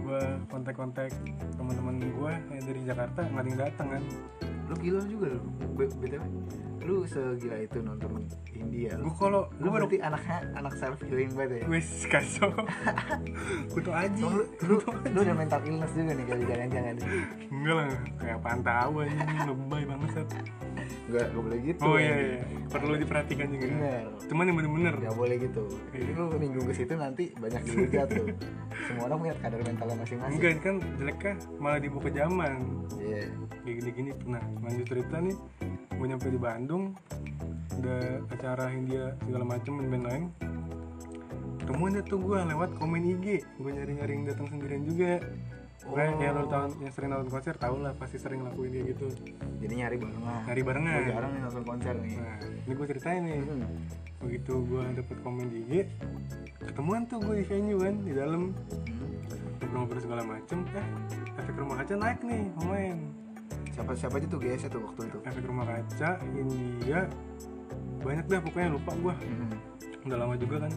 [SPEAKER 4] gue kontak-kontak teman-teman gue yang dari Jakarta nggak ada yang datang kan
[SPEAKER 1] lu gila juga lu B- btw lu segila itu nonton India lu
[SPEAKER 4] gue kalau
[SPEAKER 1] lu
[SPEAKER 4] gue baru
[SPEAKER 1] berarti anaknya anak self healing banget ya
[SPEAKER 4] wes kacau kutu aji
[SPEAKER 1] Lu, lu, lu udah mental illness juga nih kali jangan jangan
[SPEAKER 4] enggak lah kayak apaan tahu aja lebay banget
[SPEAKER 1] nggak nggak boleh gitu
[SPEAKER 4] oh iya, iya. perlu diperhatikan juga
[SPEAKER 1] bener
[SPEAKER 4] cuman yang bener-bener
[SPEAKER 1] nggak boleh gitu jadi lu minggu ke situ nanti banyak dihujat tuh semua orang punya kadar mentalnya masing-masing
[SPEAKER 4] enggak kan jeleknya malah dibawa ke zaman
[SPEAKER 1] iya
[SPEAKER 4] kayak gini-gini nah lanjut cerita nih gue nyampe di Bandung ada acara India segala macem band-band lain ketemu ada tuh gue lewat komen IG gue nyari-nyari yang datang sendirian juga gue kayak lo tahun yang sering nonton konser tau lah pasti sering lakuin kayak gitu
[SPEAKER 1] jadi nyari barengan
[SPEAKER 4] nyari barengan
[SPEAKER 1] gue jarang nih nonton konser nih
[SPEAKER 4] nah ini gue ceritain nih
[SPEAKER 1] Hmm.
[SPEAKER 4] begitu gue dapet komen di IG ketemuan tuh gue di venue kan di dalam ngobrol-ngobrol segala macem eh efek rumah kaca naik nih main
[SPEAKER 1] siapa siapa aja tuh guys tuh waktu itu
[SPEAKER 4] efek rumah kaca India banyak dah pokoknya lupa gua
[SPEAKER 1] Hmm.
[SPEAKER 4] udah lama juga kan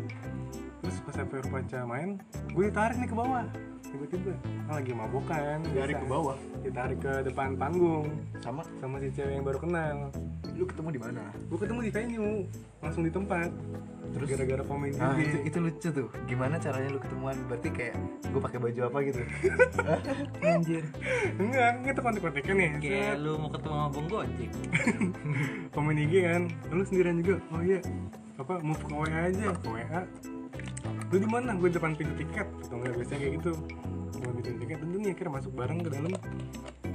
[SPEAKER 4] terus pas efek rumah kaca main gue ditarik nih ke bawah tiba-tiba ah, lagi mabok kan
[SPEAKER 1] dari ke
[SPEAKER 4] biasa.
[SPEAKER 1] bawah
[SPEAKER 4] ditarik ke depan panggung
[SPEAKER 1] sama
[SPEAKER 4] sama si cewek yang baru kenal
[SPEAKER 1] lu ketemu di mana
[SPEAKER 4] gue ketemu di venue langsung di tempat terus gara-gara komen
[SPEAKER 1] Nah,
[SPEAKER 4] IG.
[SPEAKER 1] itu, itu lucu tuh. Gimana caranya lu ketemuan? Berarti kayak gue pakai baju apa gitu?
[SPEAKER 2] anjir
[SPEAKER 4] enggak kita kontak-kontakan nih
[SPEAKER 3] kayak lu mau ketemu sama Bung Gojek
[SPEAKER 4] komen IG kan lu sendirian juga oh iya apa move ke WA aja ke WA lu di mana gue depan pintu tiket atau nggak biasanya kayak gitu gue pintu tiket tentu nih akhirnya masuk bareng ke dalam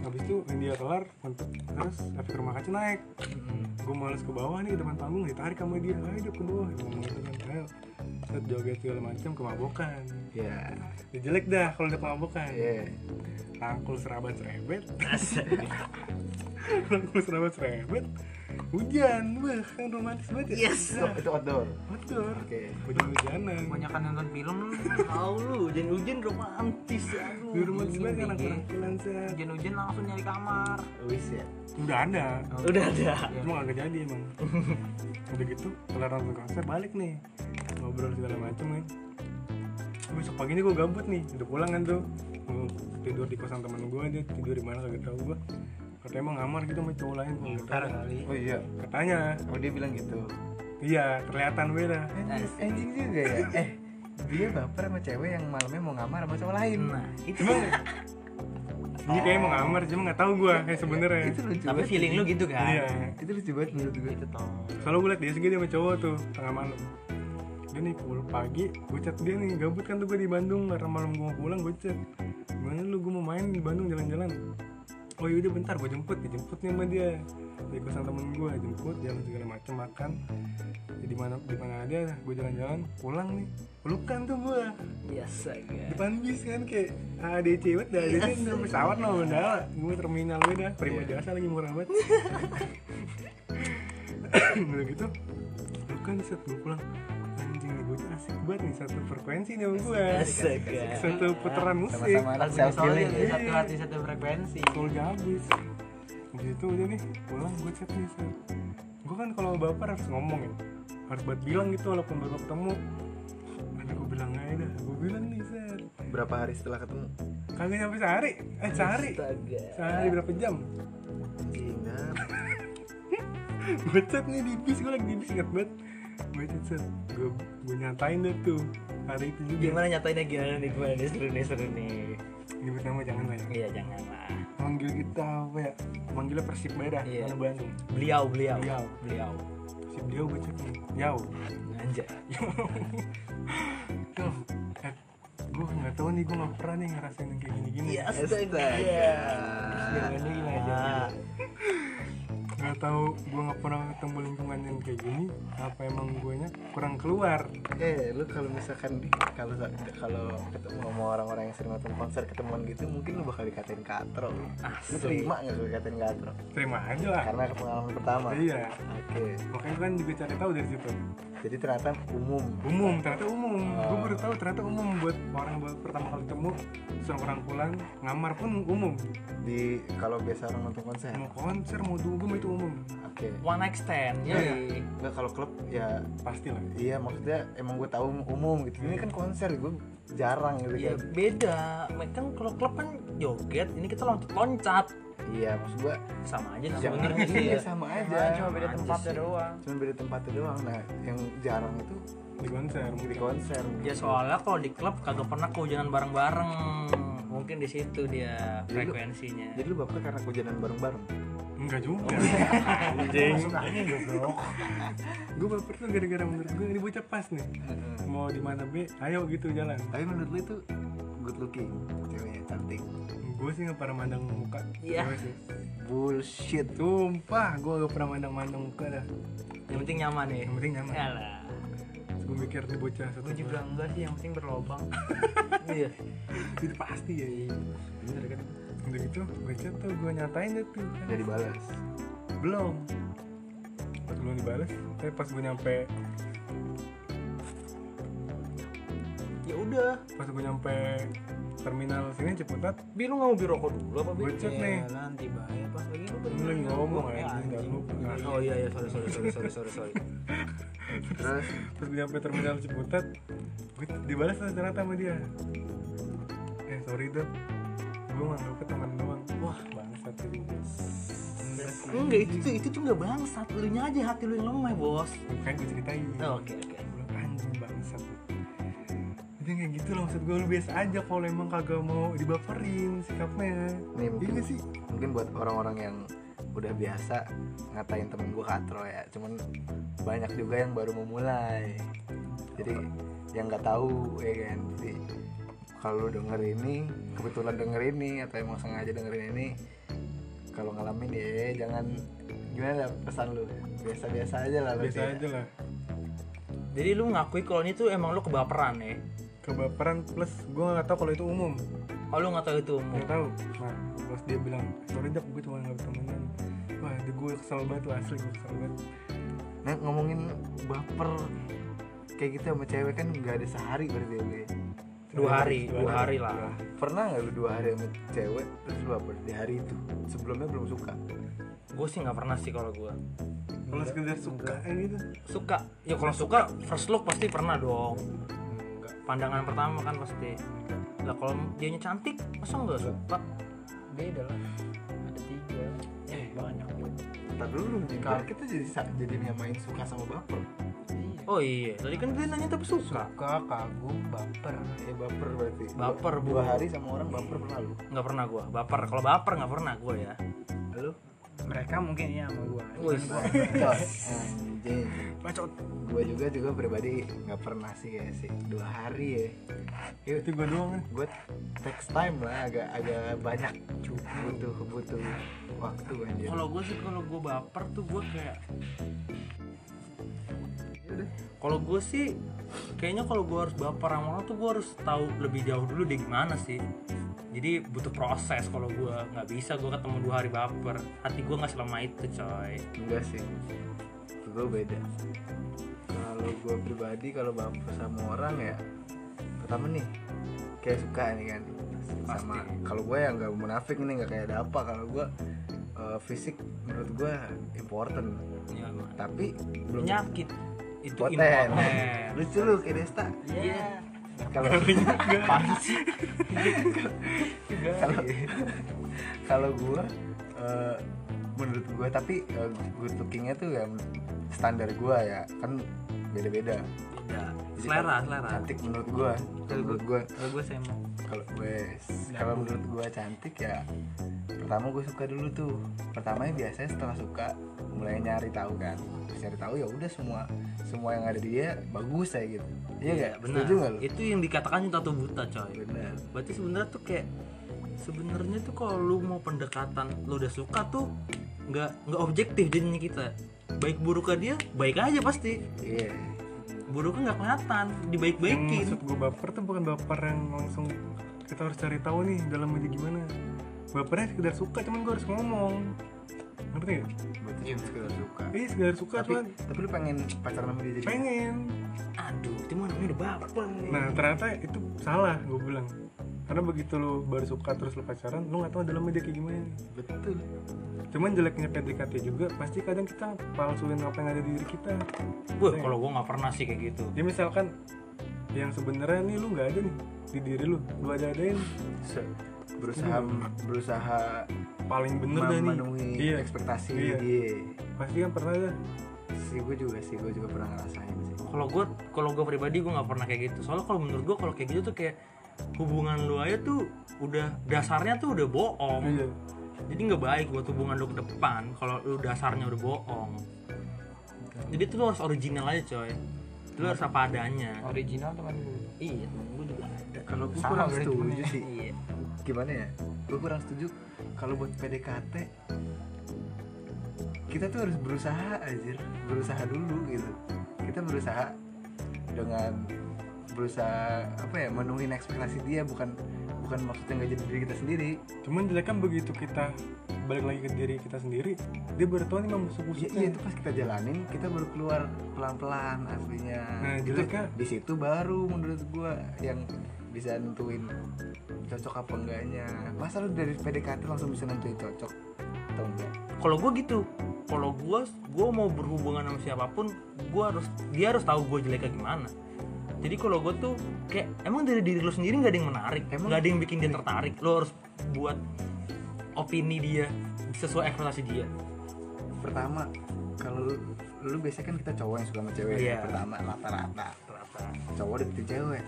[SPEAKER 4] habis itu India kelar terus efek rumah kaca naik
[SPEAKER 3] Mm-hmm.
[SPEAKER 4] gue males ke bawah nih ke depan panggung ditarik sama dia ayo dong ke bawah dia ngomong gitu kan ayo set joget segala macam kemabukan
[SPEAKER 1] Ya,
[SPEAKER 4] ya jelek dah kalau udah kemabukan
[SPEAKER 3] Iya,
[SPEAKER 1] ya.
[SPEAKER 4] rangkul serabat serebet rangkul serabat serebet hujan wah kan romantis banget ya yes
[SPEAKER 1] Itu, itu outdoor.
[SPEAKER 4] betul
[SPEAKER 1] Oke.
[SPEAKER 4] hujan-hujanan
[SPEAKER 2] kebanyakan nonton film lu
[SPEAKER 3] tahu lu hujan-hujan romantis aduh
[SPEAKER 4] di rumah sebelah kan
[SPEAKER 3] dingin,
[SPEAKER 4] anak set
[SPEAKER 2] hujan-hujan langsung nyari kamar
[SPEAKER 1] Wis ya.
[SPEAKER 4] udah ada
[SPEAKER 3] dingin. udah ada
[SPEAKER 4] cuma agak jadi emang udah gitu kelar nonton konser balik nih ngobrol segala macem kan besok pagi ini gue gabut nih udah pulang kan tuh Gua tidur di kosan temen gue dia tidur di mana kagak tau gue katanya emang ngamar gitu sama cowok lain Gua nggak tahu.
[SPEAKER 1] Oh iya.
[SPEAKER 4] katanya
[SPEAKER 1] Oh dia bilang gitu.
[SPEAKER 4] iya kelihatan beda
[SPEAKER 1] Anjing- Anjing juga ya. Eh, dia baper sama cewek yang malamnya mau ngamar sama cowok lain.
[SPEAKER 3] nah itu
[SPEAKER 4] Emang Ini kayaknya mau Iya, ngamar, cuma nggak tahu gue kayak sebenernya.
[SPEAKER 1] Itu lucu
[SPEAKER 3] tapi
[SPEAKER 1] banget.
[SPEAKER 3] feeling lu gitu kan
[SPEAKER 4] Iya.
[SPEAKER 1] Itu lucu banget menurut gue.
[SPEAKER 3] itu toh
[SPEAKER 4] Soalnya gue liat dia segini sama cowok tuh tengah malam. Dia nih pukul pagi, gue chat dia nih gabut kan tuh gue di Bandung karena malam gue mau pulang gue chat. Gimana lu gue mau main di Bandung jalan-jalan. Oh yaudah bentar gue jemput, dijemput nih sama dia di kosan temen gue jemput jalan segala macem makan Ya, di mana di mana ada gue jalan-jalan pulang nih pelukan tuh gue
[SPEAKER 3] biasa guys
[SPEAKER 4] depan bis kan kayak ADC banget dah
[SPEAKER 2] Iya.
[SPEAKER 4] ADC udah pesawat no bandara gue terminal gue dah prima jasa lagi murah banget udah gitu lu kan set gue pulang anjing nih bocah asik banget nih satu frekuensi nih sama gue
[SPEAKER 3] Asik, asik.
[SPEAKER 4] satu putaran musik Iya.
[SPEAKER 1] Sama-sama anak
[SPEAKER 2] lagunya
[SPEAKER 1] self
[SPEAKER 2] solid
[SPEAKER 1] healing.
[SPEAKER 2] ya, satu hati satu frekuensi
[SPEAKER 4] Soul gabis Habis itu udah nih pulang gue chat nih Gue kan kalau baper harus ngomong ya Harus buat bilang gitu walaupun baru ketemu Nanti gue bilang aja dah Gue bilang nih set
[SPEAKER 1] Berapa hari setelah ketemu?
[SPEAKER 4] Kagak nyampe sehari Eh sehari Sehari berapa jam
[SPEAKER 1] Anjing, nah.
[SPEAKER 4] Gue chat nih di bis Gue lagi di bis inget banget Gue chat set Gue gue nyatain deh tuh Hari itu juga
[SPEAKER 3] gimana nyatainnya gimana nih gimana nih seru nih seru nih
[SPEAKER 4] Nyebut nama jangan lah ya
[SPEAKER 3] iya jangan lah
[SPEAKER 4] Manggil kita apa ya Manggilnya Persib Merah
[SPEAKER 3] Iya.
[SPEAKER 4] Anak Bandung
[SPEAKER 3] beliau beliau
[SPEAKER 4] Beliau.
[SPEAKER 3] beliau
[SPEAKER 4] Persib dia gue chat nih Yau
[SPEAKER 3] anjay
[SPEAKER 4] Duh, eh, gue nggak tahu nih gue nggak pernah nih ngerasain yang kayak gini-gini
[SPEAKER 3] Iya,
[SPEAKER 1] Astaga. Ah.
[SPEAKER 4] jalannya gimana jalannya nggak tahu gue nggak pernah ketemu lingkungan yang kayak gini apa emang guanya kurang keluar
[SPEAKER 1] Eh, lu kalau misalkan di kalau kalau ketemu sama orang-orang yang sering nonton konser ketemuan gitu, mungkin lu bakal dikatain katro. Lu terima nggak lu dikatain katro?
[SPEAKER 4] terima aja lah
[SPEAKER 1] Karena pengalaman pertama.
[SPEAKER 4] iya
[SPEAKER 1] Oke.
[SPEAKER 4] makanya kan juga cari tahu dari situ
[SPEAKER 1] Jadi ternyata umum.
[SPEAKER 4] umum ternyata umum gue baru tahu ternyata umum buat orang baru pertama kali ketemu seorang rangkulan ngamar pun umum
[SPEAKER 1] di kalau biasa orang nonton konser.
[SPEAKER 4] mau konser mau dugem itu umum
[SPEAKER 1] Oke.
[SPEAKER 3] one night stand
[SPEAKER 4] Iya.
[SPEAKER 3] yoi.
[SPEAKER 1] Nggak kalau klub ya
[SPEAKER 4] pasti lah
[SPEAKER 1] iya maksudnya emang gue tahu umum gitu. Ini kan konser gue jarang gitu
[SPEAKER 3] ya
[SPEAKER 1] kan.
[SPEAKER 3] beda kan kalau klub kan joget ini kita loncat loncat
[SPEAKER 1] Iya maksud gue
[SPEAKER 3] sama aja
[SPEAKER 1] jangan
[SPEAKER 3] namanya
[SPEAKER 1] iya sama aja.
[SPEAKER 2] cuma beda
[SPEAKER 3] Anjir
[SPEAKER 2] tempatnya
[SPEAKER 3] sih.
[SPEAKER 2] doang
[SPEAKER 1] Cuma beda tempatnya doang. Nah yang jarang itu
[SPEAKER 4] di konser
[SPEAKER 1] di konser.
[SPEAKER 3] ya soalnya kalau di klub kagak pernah kehujanan bareng bareng mungkin di situ dia
[SPEAKER 1] Jadi lu-
[SPEAKER 3] frekuensinya
[SPEAKER 1] Jadi lu baper karena kehujanan bareng-bareng.
[SPEAKER 4] Enggak juga. Anjing. gue baper tuh gara-gara menurut gue ini bocah pas nih. Mau di mana B, ayo gitu jalan.
[SPEAKER 1] Tapi menurut lu itu good looking, ceweknya cantik.
[SPEAKER 4] Gue sih nggak pernah mandang muka.
[SPEAKER 3] Iya.
[SPEAKER 4] Gua sih.
[SPEAKER 1] Bullshit.
[SPEAKER 4] Sumpah, gue nggak pernah mandang-mandang muka dah.
[SPEAKER 3] yang penting nyaman ya
[SPEAKER 4] Yang penting nyaman.
[SPEAKER 3] Alah.
[SPEAKER 4] Gue mikir nih bocah satu
[SPEAKER 2] gue juga enggak sih yang penting berlobang
[SPEAKER 3] iya
[SPEAKER 4] itu pasti ya.
[SPEAKER 2] bener kan
[SPEAKER 4] Udah gitu, gue chat tuh gue nyatain deh tuh.
[SPEAKER 1] Udah dibalas.
[SPEAKER 4] Belum. Pas belum dibalas, tapi pas gue nyampe,
[SPEAKER 3] ya udah
[SPEAKER 4] pas gue nyampe terminal sini Ciputat
[SPEAKER 3] Bi lu nggak mau beli rokok dulu apa Bi? Iya, kan,
[SPEAKER 4] Gocek nih
[SPEAKER 2] Ya, nanti bahaya pas lagi lu
[SPEAKER 4] Lu lagi ngomong ya, jangan
[SPEAKER 2] anjing.
[SPEAKER 4] lupa
[SPEAKER 3] Oh Eh, iya iya sorry sorry sorry sorry sorry sorry.
[SPEAKER 1] terus
[SPEAKER 4] Terus gue nyampe terminal Ciputat Gue dibalas lah ternyata sama dia Eh sorry dok Gue nganggapnya teman doang Wah bangsat sih
[SPEAKER 3] Enggak itu tuh itu tuh nggak bangsat, lu aja hati lu yang lemah bos.
[SPEAKER 4] Makanya gue Kan ceritain
[SPEAKER 3] Oh, Oke oke.
[SPEAKER 4] Lu anjing bangsat lu. Jadi kayak gitu loh maksud gue lu biasa aja kalau emang kagak mau dibaperin sikapnya
[SPEAKER 1] nih
[SPEAKER 4] Iya
[SPEAKER 1] mungkin
[SPEAKER 4] nggak sih?
[SPEAKER 1] mungkin buat orang-orang yang udah biasa ngatain temen gue katro ya cuman banyak juga yang baru memulai jadi yang nggak tahu ya kan jadi kalau lu denger ini kebetulan denger ini atau emang sengaja dengerin ini kalau ngalamin ya jangan gimana lah pesan lu biasa-biasa aja lah berarti
[SPEAKER 4] Biasa
[SPEAKER 1] ya.
[SPEAKER 4] aja lah
[SPEAKER 3] Jadi lu ngakui kalau ini tuh emang lu kebaperan ya?
[SPEAKER 4] kebaperan plus gue nggak tahu kalau itu umum
[SPEAKER 3] Kalau Oh, lu nggak tahu itu umum.
[SPEAKER 4] nggak tahu nah pas dia bilang sorry dok gue cuma nggak temenan wah itu gue kesel banget tuh asli gue kesel banget
[SPEAKER 1] nah ngomongin baper kayak gitu sama cewek kan nggak ada sehari berarti ya, Bre?
[SPEAKER 3] Dua hari, dua hari lah.
[SPEAKER 1] pernah nggak lu dua hari sama cewek terus lu baper di hari itu sebelumnya belum suka
[SPEAKER 3] Gue sih nggak pernah sih kalau gue.
[SPEAKER 4] kalau sekedar suka eh, gitu
[SPEAKER 3] Suka, ya kalau suka first look pasti pernah dong.
[SPEAKER 4] enggak
[SPEAKER 3] Pandangan pertama kan pasti. Lah kalau dianya cantik, masa nggak suka?
[SPEAKER 2] Beda lah. Ada tiga.
[SPEAKER 3] Eh banyak.
[SPEAKER 1] Ntar dulu kalau kita jadi sa- jadi nyamain suka sama baper
[SPEAKER 2] Iya.
[SPEAKER 3] Oh iya, tadi kan dia nanya tapi suka.
[SPEAKER 2] Suka, kagum, baper.
[SPEAKER 1] ya baper berarti
[SPEAKER 3] Baper,
[SPEAKER 1] dua,
[SPEAKER 3] Bu.
[SPEAKER 1] dua hari sama orang baper pernah lu
[SPEAKER 3] Nggak pernah gue. Baper, kalau baper nggak pernah gue ya.
[SPEAKER 1] lu
[SPEAKER 2] Mereka mungkin ya sama gua.
[SPEAKER 3] Wih,
[SPEAKER 1] Bacot. anjing gue juga juga pribadi nggak pernah sih kayak sih dua hari ya
[SPEAKER 4] itu gue doang kan
[SPEAKER 1] gue text time lah agak agak banyak butuh butuh waktu anjir
[SPEAKER 3] kalau gue sih kalau gue baper tuh gue kayak kalau gue sih kayaknya kalau gue harus baper sama orang tuh gue harus tahu lebih jauh dulu dia gimana sih jadi butuh proses kalau gue nggak bisa gue ketemu dua hari baper hati gue nggak selama itu coy
[SPEAKER 1] enggak sih gue beda kalau gue pribadi kalau baper sama orang ya pertama nih kayak suka nih kan sama kalau gue yang nggak munafik nih nggak kayak ada apa kalau gue eh, fisik menurut gue important
[SPEAKER 3] Iya, gua.
[SPEAKER 1] tapi belum
[SPEAKER 3] penyakit itu
[SPEAKER 1] Poten.
[SPEAKER 3] impoten
[SPEAKER 1] lucu lu kayak Desta
[SPEAKER 2] Iya.
[SPEAKER 1] kalau Apaan sih? kalau kalau gue menurut gue tapi eh, good lookingnya tuh ya standar gue ya kan beda-beda
[SPEAKER 3] Beda.
[SPEAKER 1] Jadi
[SPEAKER 3] selera
[SPEAKER 1] kalau
[SPEAKER 3] selera
[SPEAKER 1] cantik menurut gue kalau menurut gue
[SPEAKER 2] Ya, Kalau gua sama.
[SPEAKER 1] kalau gue kalau menurut gue cantik ya pertama gue suka dulu tuh pertamanya biasanya setelah suka mulai nyari tahu kan Terus nyari tahu ya udah semua semua yang ada di dia bagus saya gitu iya gak?
[SPEAKER 3] benar
[SPEAKER 1] setuju gak lu?
[SPEAKER 3] itu yang dikatakan cinta tuh buta coy
[SPEAKER 1] benar
[SPEAKER 3] berarti sebenarnya tuh kayak sebenarnya tuh kalau lu mau pendekatan lu udah suka tuh nggak nggak objektif jadinya kita baik buruknya dia baik aja pasti
[SPEAKER 1] iya
[SPEAKER 3] buruknya nggak kelihatan dibaik
[SPEAKER 4] yang
[SPEAKER 3] baikin
[SPEAKER 4] maksud gue baper tuh bukan baper yang langsung kita harus cari tahu nih dalam aja gimana bapernya sekedar suka cuman gue harus ngomong ngerti gak?
[SPEAKER 1] berarti cuma sekedar suka
[SPEAKER 4] Iya sekedar suka
[SPEAKER 1] tapi,
[SPEAKER 4] cuman
[SPEAKER 1] tapi lu pengen pacaran sama dia jadi
[SPEAKER 4] pengen
[SPEAKER 3] aduh itu mah namanya udah baper nih
[SPEAKER 1] Iya.
[SPEAKER 4] Nah ternyata itu salah gue bilang Karena begitu lo baru suka terus lo pacaran Lo gak tau dalamnya dia kayak gimana
[SPEAKER 1] betul
[SPEAKER 4] Cuman jeleknya PDKT juga Pasti kadang kita palsuin apa yang ada di diri kita
[SPEAKER 3] Wah, kalau gua nggak pernah sih kayak gitu
[SPEAKER 4] Ya misalkan Yang sebenarnya nih lo gak ada nih Di diri lo Lo ada-adain
[SPEAKER 1] Se- berusaha berusaha
[SPEAKER 4] Paling bener dah nih
[SPEAKER 1] memenuhi
[SPEAKER 4] Iya
[SPEAKER 1] ekspektasi
[SPEAKER 4] Iya.
[SPEAKER 1] dia
[SPEAKER 4] Pasti kan pernah dah
[SPEAKER 1] sih gue juga sih gue juga pernah ngerasain sih
[SPEAKER 3] kalau gua kalau gua pribadi gua nggak pernah kayak gitu soalnya kalau menurut gua kalau kayak gitu tuh kayak hubungan lu aja tuh udah dasarnya tuh udah bohong
[SPEAKER 4] Iya
[SPEAKER 3] jadi nggak baik buat hubungan lu ke depan kalau lu dasarnya udah bohong jadi tuh lu harus original aja coy lu harus apa adanya
[SPEAKER 2] Original teman gua.
[SPEAKER 3] iya gue juga ada
[SPEAKER 1] kalau gue
[SPEAKER 2] Sama
[SPEAKER 1] kurang
[SPEAKER 2] berarti
[SPEAKER 1] setuju
[SPEAKER 2] punya.
[SPEAKER 1] sih
[SPEAKER 3] iya
[SPEAKER 1] gimana ya gue kurang setuju kalau buat PDKT kita tuh harus berusaha aja berusaha dulu gitu kita berusaha dengan berusaha apa ya menuhin ekspektasi dia bukan bukan maksudnya nggak jadi diri kita sendiri
[SPEAKER 4] Cuman jeleknya begitu kita balik lagi ke diri kita sendiri dia baru tau nih memang
[SPEAKER 1] Iya,
[SPEAKER 4] busuk-busuknya
[SPEAKER 1] iya itu pas kita jalanin kita baru keluar pelan-pelan aslinya.
[SPEAKER 4] Nah,
[SPEAKER 1] Itu
[SPEAKER 4] jeleknya-
[SPEAKER 1] di situ baru menurut gua yang bisa nentuin cocok apa enggaknya masa lu dari PDKT langsung bisa nentuin cocok atau enggak
[SPEAKER 3] kalau gue gitu kalau gue gue mau berhubungan sama siapapun gue harus dia harus tahu gue jeleknya gimana jadi kalau gue tuh kayak emang dari diri lo sendiri nggak ada yang menarik
[SPEAKER 1] Emang?
[SPEAKER 3] nggak ada yang bikin dia tertarik lo harus buat opini dia sesuai ekspektasi dia
[SPEAKER 1] pertama kalau lu, lu biasanya kan kita cowok yang suka sama cewek
[SPEAKER 3] Iya.
[SPEAKER 1] pertama rata-rata
[SPEAKER 3] ternyata
[SPEAKER 1] cowok deketin cewek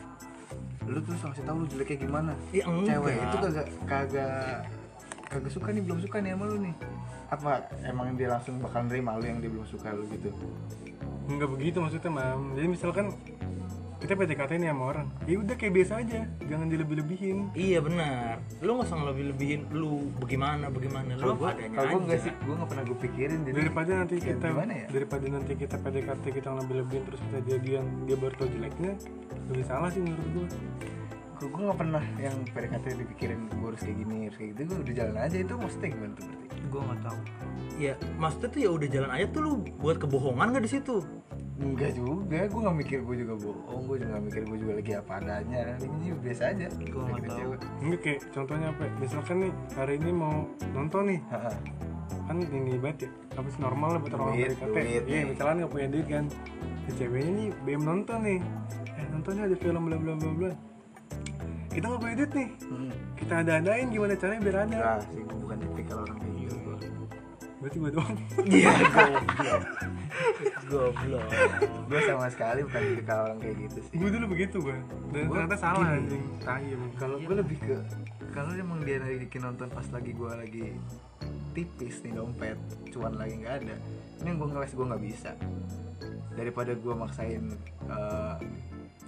[SPEAKER 1] lu terus ngasih tahu lu jeleknya gimana
[SPEAKER 3] ya enggak
[SPEAKER 1] cewek itu kagak kagak kagak suka nih belum suka nih sama lu nih apa emang dia langsung bakal nerima lu yang dia belum suka lu gitu
[SPEAKER 4] nggak begitu maksudnya mam jadi misalkan kita PDKT nih sama orang ya udah kayak biasa aja jangan dilebih-lebihin
[SPEAKER 3] iya benar lo nggak usah ngelebih lebihin lu bagaimana bagaimana
[SPEAKER 1] kalau
[SPEAKER 3] lo
[SPEAKER 1] gua
[SPEAKER 3] adanya
[SPEAKER 1] kalau gua
[SPEAKER 3] aja
[SPEAKER 1] nggak sih gua nggak pernah gua pikirin jadi
[SPEAKER 4] daripada nanti
[SPEAKER 1] ya
[SPEAKER 4] kita
[SPEAKER 1] gimana ya?
[SPEAKER 4] daripada nanti kita PDKT kita lebih-lebihin terus kita jadian dia baru tau jeleknya lebih salah sih menurut gua
[SPEAKER 1] gua gua nggak pernah yang PDKT dipikirin gua harus kayak gini harus kayak gitu gua udah jalan aja itu maksudnya gimana tuh berarti
[SPEAKER 2] gue nggak tahu
[SPEAKER 3] ya maksudnya tuh ya udah jalan aja tuh lu buat kebohongan nggak di situ
[SPEAKER 1] enggak juga gua nggak mikir gua juga bohong gua juga nggak mikir gua juga lagi apa adanya ini juga biasa aja
[SPEAKER 2] Gua nggak
[SPEAKER 1] Deketin
[SPEAKER 2] tahu.
[SPEAKER 1] cewek.
[SPEAKER 4] enggak kayak contohnya apa ya? misalkan nih hari ini mau nonton nih
[SPEAKER 1] Heeh.
[SPEAKER 4] kan ini banget ya apa sih normal lah buat orang
[SPEAKER 1] Duit,
[SPEAKER 4] PDKT
[SPEAKER 1] duit
[SPEAKER 4] iya
[SPEAKER 1] nih.
[SPEAKER 4] misalkan nggak punya duit kan si ceweknya nih BM nonton nih eh nontonnya ada film bla bla bla bla kita nggak punya duit nih
[SPEAKER 1] Hmm.
[SPEAKER 4] kita ada adain gimana caranya biar ada
[SPEAKER 1] Enggak sih gua bukan tipikal orang kayak gitu gua.
[SPEAKER 4] berarti gue doang
[SPEAKER 3] Iya, goblok. goblok.
[SPEAKER 1] gua sama sekali bukan tipikal orang kayak gitu sih
[SPEAKER 4] gue dulu begitu gue dan
[SPEAKER 1] Gua
[SPEAKER 4] ternyata salah
[SPEAKER 1] gini.
[SPEAKER 4] anjing tai emang.
[SPEAKER 1] Ah, iya, kalau gue lebih ke kalau emang dia bikin nonton pas lagi gue lagi tipis nih dompet cuan lagi nggak ada ini yang gue ngeles gue nggak bisa daripada gue maksain eh,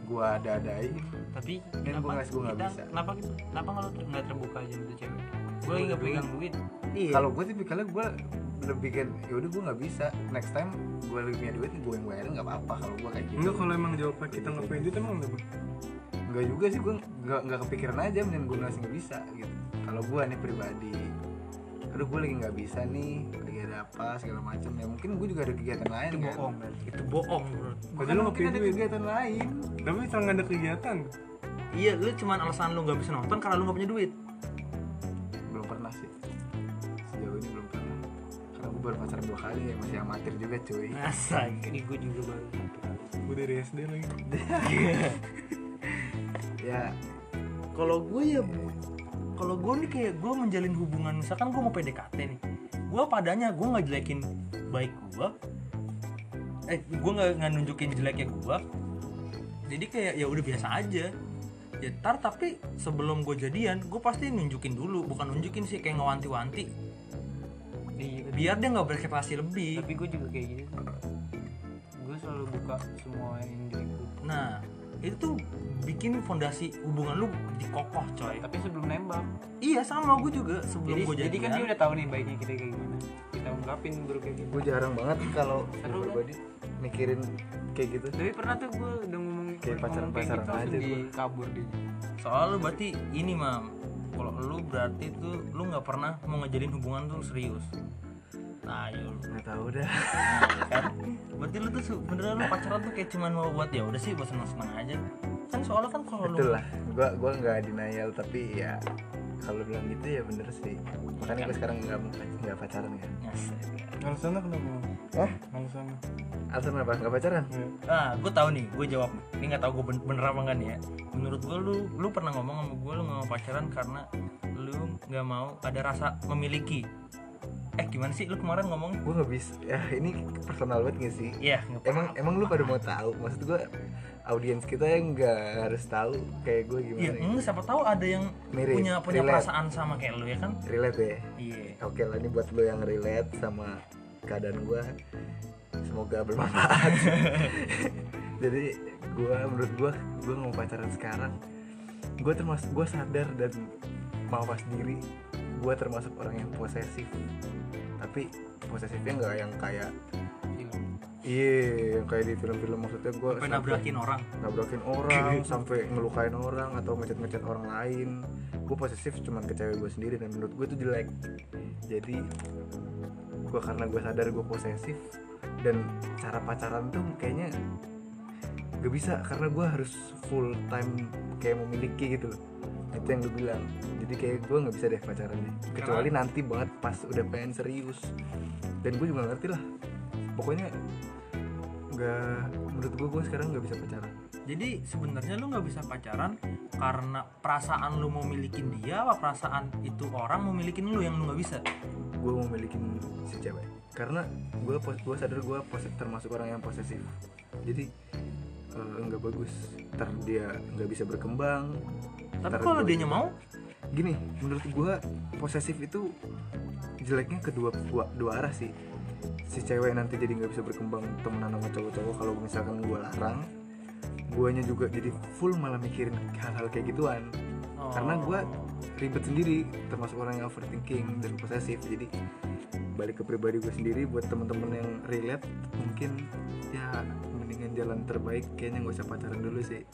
[SPEAKER 1] gue ada adain
[SPEAKER 2] tapi
[SPEAKER 1] Dan gua
[SPEAKER 2] kenapa
[SPEAKER 1] ngeles gua nggak
[SPEAKER 2] kita
[SPEAKER 1] bisa.
[SPEAKER 2] kenapa kenapa nggak lu- nggak terbuka aja sama cewek gue lagi nggak pegang duit
[SPEAKER 3] Iya.
[SPEAKER 1] kalau gue tipikalnya gue lebih kan yaudah gue nggak bisa next time gue lebih punya duit gue yang bayarin nggak apa-apa kalau gue kayak gitu
[SPEAKER 4] enggak kalau emang jawaban kita nggak punya duit emang apa
[SPEAKER 1] nggak juga sih gue nggak nggak kepikiran aja mending gue ngeles nggak bisa gitu kalau gue nih pribadi aduh gue lagi nggak bisa nih lagi ada apa segala macam ya mungkin gue juga ada kegiatan lain
[SPEAKER 2] itu
[SPEAKER 1] kan
[SPEAKER 2] bohong
[SPEAKER 3] Itu bohong, bro.
[SPEAKER 1] Bukan,
[SPEAKER 4] Padahal lu
[SPEAKER 1] mungkin ada
[SPEAKER 4] nggak punya duit.
[SPEAKER 1] kegiatan lain
[SPEAKER 4] tapi misalnya nggak ada kegiatan
[SPEAKER 3] Iya, lu cuman alasan lu nggak bisa nonton karena lu nggak punya duit.
[SPEAKER 1] belum pernah sih sejauh ini belum pernah karena gue baru pacaran dua kali ya masih amatir juga cuy
[SPEAKER 3] Masa
[SPEAKER 2] ini gue juga baru
[SPEAKER 4] gue dari SD lagi
[SPEAKER 1] ya
[SPEAKER 3] Kalau gue ya, kalau gue nih kayak gue menjalin hubungan, misalkan gue mau PDKT nih, gue padanya gue nggak jelekin baik gue, eh gue nggak nggak nunjukin jeleknya gue. Jadi kayak ya udah biasa aja. Ya ntar tapi sebelum gue jadian, gue pasti nunjukin dulu, bukan nunjukin sih kayak ngewanti-wanti. Biar dia nggak berekspektasi lebih.
[SPEAKER 2] Iya, tapi gue juga kayak gitu gue selalu buka semua yang jelek gue
[SPEAKER 3] Nah, itu tuh bikin fondasi hubungan lu dikokoh, coy.
[SPEAKER 2] tapi sebelum nembak
[SPEAKER 3] Iya, sama gue juga sebelum
[SPEAKER 2] jadi,
[SPEAKER 3] gue
[SPEAKER 2] jadi kan
[SPEAKER 3] jadian.
[SPEAKER 2] dia udah tahu nih baiknya kita kayak gimana kita ungkapin buruknya kayak gimana
[SPEAKER 1] gue jarang banget kalau gue
[SPEAKER 2] Seru, kan?
[SPEAKER 1] pribadi mikirin kayak gitu
[SPEAKER 2] tapi pernah tuh gue udah ngomong
[SPEAKER 1] Kayak
[SPEAKER 2] ngomong
[SPEAKER 1] pacaran-pacaran
[SPEAKER 2] gitu, langsung
[SPEAKER 1] aja gua.
[SPEAKER 2] dikabur dia
[SPEAKER 3] Soal lu berarti ini, Mam. Kalau lu berarti tuh lu nggak pernah mau ngejalin hubungan tuh serius. Nah, ya lu.
[SPEAKER 1] nggak tahu dah
[SPEAKER 3] kan. Berarti lu tuh sebenernya lu pacaran tuh kayak cuman mau buat ya udah sih buat seneng-seneng aja. Kan soalnya kan kalau
[SPEAKER 1] betul
[SPEAKER 3] lu
[SPEAKER 1] lah gue gue nggak denial tapi ya kalau bilang gitu ya bener sih makanya gue sekarang nggak nggak pacaran ya
[SPEAKER 3] Ngasih.
[SPEAKER 4] alasannya kenapa
[SPEAKER 1] Hah?
[SPEAKER 4] alasannya
[SPEAKER 1] alasan apa nggak pacaran
[SPEAKER 4] ya.
[SPEAKER 3] Ah, gue tahu nih, gue jawab nih. Ini nggak tahu gue ben- bener apa enggak nih ya. Menurut gue lu, lu pernah ngomong sama gue lu nggak mau pacaran karena lu nggak mau ada rasa memiliki. Eh gimana sih lu kemarin ngomong?
[SPEAKER 1] gue nggak bisa ya ini personal banget gak sih
[SPEAKER 3] Iya, nggak
[SPEAKER 1] emang
[SPEAKER 3] apa-apa.
[SPEAKER 1] emang lu pada mau tahu maksud gue audiens kita yang nggak harus tahu kayak gue
[SPEAKER 3] Iya,
[SPEAKER 1] gimana ya.
[SPEAKER 3] enggak siapa tahu ada yang
[SPEAKER 1] Mirip,
[SPEAKER 3] punya punya
[SPEAKER 1] Iya, relate.
[SPEAKER 3] perasaan sama kayak lu ya kan?
[SPEAKER 1] relate ya
[SPEAKER 3] Iya.
[SPEAKER 1] oke lah ini buat lu yang relate sama keadaan gue semoga bermanfaat jadi gue menurut gue gue mau pacaran sekarang gue termasuk gue sadar dan mawas diri gue termasuk orang yang posesif tapi posesifnya nggak yang kayak iya yang kayak di film-film maksudnya gue
[SPEAKER 3] Sampai nabrakin orang.
[SPEAKER 1] nabrakin orang sampai ngelukain orang atau ngecet-ngecet orang lain gue posesif cuman ke cewek gue sendiri dan menurut gue itu jelek jadi gue karena gue sadar gue posesif dan cara pacaran tuh kayaknya gak bisa karena gue harus full time kayak memiliki gitu loh itu yang gue bilang jadi kayak gue nggak bisa deh pacaran deh kecuali nanti banget pas udah pengen serius dan gue juga nggak ngerti lah pokoknya nggak menurut gue gue sekarang nggak bisa pacaran
[SPEAKER 3] Jadi sebenarnya lu nggak bisa pacaran karena perasaan lu mau milikin dia, apa perasaan itu orang mau milikin lu yang lu nggak bisa.
[SPEAKER 1] gue mau memiliki si cewek karena gue gue sadar gue termasuk orang yang posesif jadi eh, nggak bagus ntar dia nggak bisa berkembang
[SPEAKER 3] Tapi
[SPEAKER 1] ntar gua-
[SPEAKER 3] kalau dia mau,
[SPEAKER 1] gini menurut gue posesif itu jeleknya kedua dua, dua arah sih si cewek nanti jadi nggak bisa berkembang temenan sama cowok-cowok kalau misalkan gue larang guanya juga jadi full malah mikirin hal-hal kayak gituan karena gue ribet sendiri termasuk orang yang overthinking dan posesif jadi balik ke pribadi gue sendiri buat temen-temen yang relate mungkin ya mendingan jalan terbaik kayaknya nggak usah pacaran dulu sih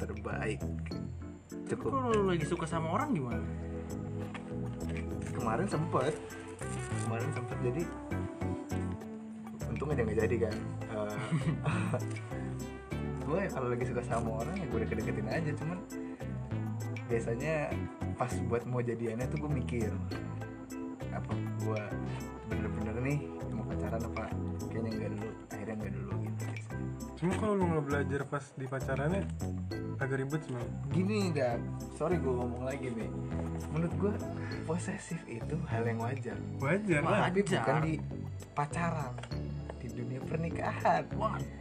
[SPEAKER 1] terbaik cukup
[SPEAKER 3] kalau lu lagi suka sama orang gimana?
[SPEAKER 1] kemarin sempet kemarin sempet jadi untung aja nggak jadi kan gue kalau lagi suka sama orang ya gue udah kedeketin aja cuman biasanya pas buat mau jadiannya tuh gue mikir apa gue bener-bener nih mau pacaran apa kayaknya nggak dulu akhirnya nggak dulu gitu biasanya.
[SPEAKER 4] Cuma kalau lu nggak belajar pas di pacarannya agak ribet sih Mel.
[SPEAKER 1] gini dah sorry gue ngomong lagi nih menurut gue posesif itu hal yang wajar
[SPEAKER 4] Wajar lah.
[SPEAKER 1] tapi
[SPEAKER 3] Wajar.
[SPEAKER 1] bukan di pacaran di dunia pernikahan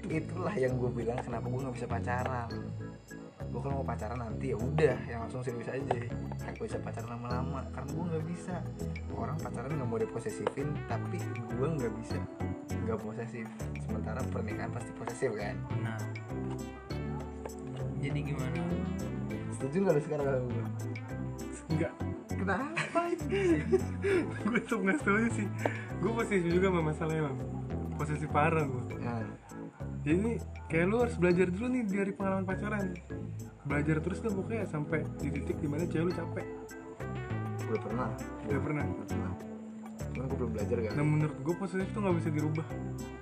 [SPEAKER 1] itulah yang gue bilang kenapa gue nggak bisa pacaran gue kalau mau pacaran nanti ya udah yang langsung serius aja nggak bisa pacaran lama-lama karena gue nggak bisa orang pacaran nggak mau diposesifin tapi gue nggak bisa nggak posesif sementara pernikahan pasti posesif kan
[SPEAKER 3] Nah, jadi gimana?
[SPEAKER 1] setuju nggak lu sekarang kalau gue
[SPEAKER 4] Enggak.
[SPEAKER 1] kenapa
[SPEAKER 4] gue tetap nggak setuju sih. Gue posesif juga sama masalahnya bang. Posesif parah gue.
[SPEAKER 1] nah,
[SPEAKER 4] Jadi ini kayak lu harus belajar dulu nih dari pengalaman pacaran. Belajar terus tuh pokoknya sampai di titik dimana cewek lu capek.
[SPEAKER 1] gue pernah
[SPEAKER 4] Udah pernah.
[SPEAKER 1] Gua pernah cuman gue belum belajar kan
[SPEAKER 4] Nah menurut gue posesif tuh nggak bisa dirubah,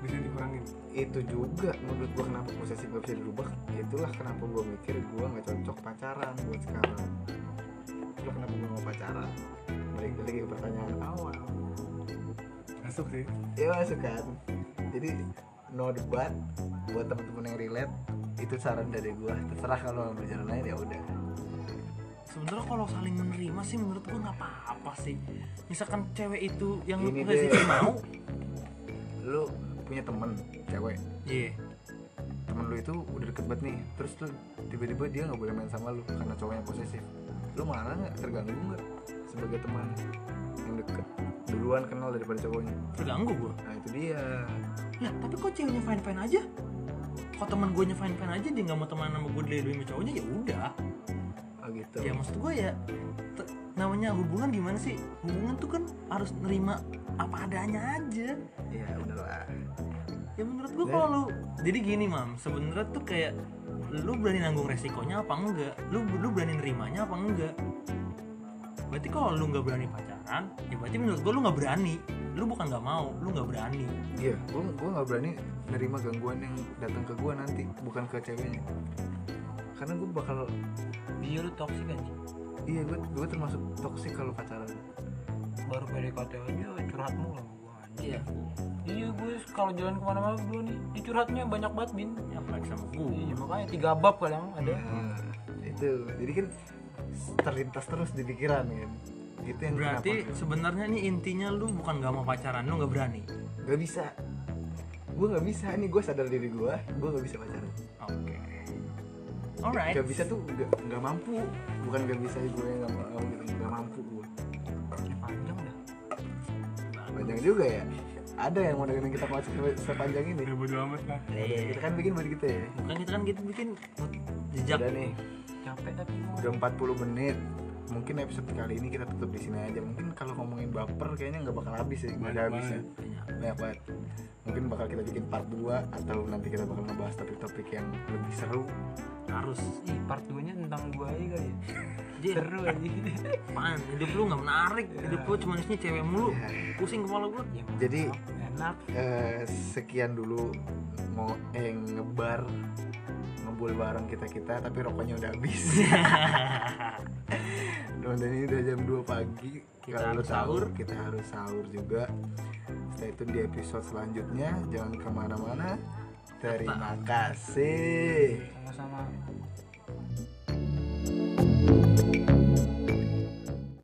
[SPEAKER 4] bisa dikurangin.
[SPEAKER 1] itu juga menurut gua kenapa posesif gak bisa dirubah itulah kenapa gua mikir gua nggak cocok pacaran buat sekarang itulah kenapa gua mau pacaran balik lagi ke pertanyaan awal
[SPEAKER 4] Masuk sih.
[SPEAKER 1] ya masuk kan jadi no debat buat teman-teman yang relate itu saran dari gua terserah kalau mau berjalan lain ya udah
[SPEAKER 3] Sebenarnya kalau saling menerima sih menurut gue nggak apa-apa sih. Misalkan cewek itu yang lu
[SPEAKER 1] Gini
[SPEAKER 3] posesifin
[SPEAKER 1] deh.
[SPEAKER 3] mau,
[SPEAKER 1] lu punya temen cewek
[SPEAKER 3] iya.
[SPEAKER 1] temen lu itu udah deket banget nih terus lu tiba-tiba dia nggak boleh main sama lu karena cowoknya posesif lu marah nggak terganggu nggak sebagai teman yang deket duluan kenal daripada cowoknya
[SPEAKER 3] Terganggu gue.
[SPEAKER 1] nah itu dia
[SPEAKER 3] Lah, tapi kok ceweknya fine fine aja? Kok teman gue fine fine aja dia nggak mau teman sama gue dileduin sama cowoknya ya udah.
[SPEAKER 1] oh gitu
[SPEAKER 3] Ya maksud gue ya te- namanya hubungan gimana sih? Hubungan tuh kan harus nerima apa adanya aja.
[SPEAKER 1] ya udahlah
[SPEAKER 3] Ya menurut gue
[SPEAKER 1] Dan-
[SPEAKER 3] kalau lu jadi gini mam, sebenarnya tuh kayak lu berani nanggung resikonya apa enggak? Lu lu berani nerimanya apa enggak? Berarti kalau lu nggak berani pacaran, ya berarti menurut gue lu nggak berani. Lu bukan nggak mau, lu nggak berani.
[SPEAKER 1] iya gua gua nggak berani nerima gangguan yang datang ke gua nanti bukan ke ceweknya karena gua bakal
[SPEAKER 2] Iya lu toksik aja
[SPEAKER 1] iya gua gua termasuk toksik kalau pacaran
[SPEAKER 2] Baru PDKT aja curhat mulu sama gua anjing.
[SPEAKER 3] Iya.
[SPEAKER 2] Iya gue kalau jalan kemana-mana berdua nih Dia curhatnya banyak banget Bin
[SPEAKER 3] Ya, Apalagi sama
[SPEAKER 1] Hmm.
[SPEAKER 3] gue.
[SPEAKER 2] Iya makanya tiga bab kadang ada
[SPEAKER 3] Iya.
[SPEAKER 1] nah, itu jadi kan terlintas terus di pikiran kan itu yang
[SPEAKER 3] Berarti
[SPEAKER 1] kenapa gua-
[SPEAKER 3] sebenarnya nih intinya lu bukan nggak mau pacaran, lu nggak berani.
[SPEAKER 1] gak bisa gue nggak bisa nih gue sadar diri gue gue nggak bisa pacaran
[SPEAKER 3] Oke. Alright.
[SPEAKER 1] nggak bisa tuh nggak nggak mampu bukan nggak bisa gue nggak mau nggak mau gitu nggak mampu gue
[SPEAKER 2] Panjang dah
[SPEAKER 1] panjang juga ya ada yang mau dengerin kita masuk se- sepanjang ini
[SPEAKER 4] Udah bodo amat lah.
[SPEAKER 1] kita kan bikin buat kita ya
[SPEAKER 3] Bukan kita kan gitu bikin jejak.
[SPEAKER 1] udah nih
[SPEAKER 2] Capek tapi gua
[SPEAKER 1] udah 40 menit mungkin episode kali ini kita tutup di sini aja mungkin kalau ngomongin baper kayaknya nggak bakal habis ya nggak ada
[SPEAKER 4] Banyak
[SPEAKER 1] habisnya banyak banget mungkin bakal kita bikin part 2 atau nanti kita bakal ngebahas topik-topik yang lebih seru
[SPEAKER 3] Harus.
[SPEAKER 2] Ih part 2 nya tentang gua aja kali ya
[SPEAKER 3] Dia
[SPEAKER 2] Seru aja
[SPEAKER 3] apaan? Hidup lu nggak menarik. Hidup lu cuma isinya cewek mulu. Pusing kepala gua.
[SPEAKER 1] jadi
[SPEAKER 2] Ya, Enak
[SPEAKER 1] eh, sekian dulu mau eh, ngebar ngebul bareng kita kita tapi rokoknya udah habis Nah, dan ini udah jam 2 pagi
[SPEAKER 3] Kita
[SPEAKER 1] Kalau lu
[SPEAKER 3] harus
[SPEAKER 1] tahu,
[SPEAKER 3] sahur.
[SPEAKER 1] kita harus sahur juga stay tune di episode selanjutnya jangan kemana-mana terima kasih
[SPEAKER 2] sama-sama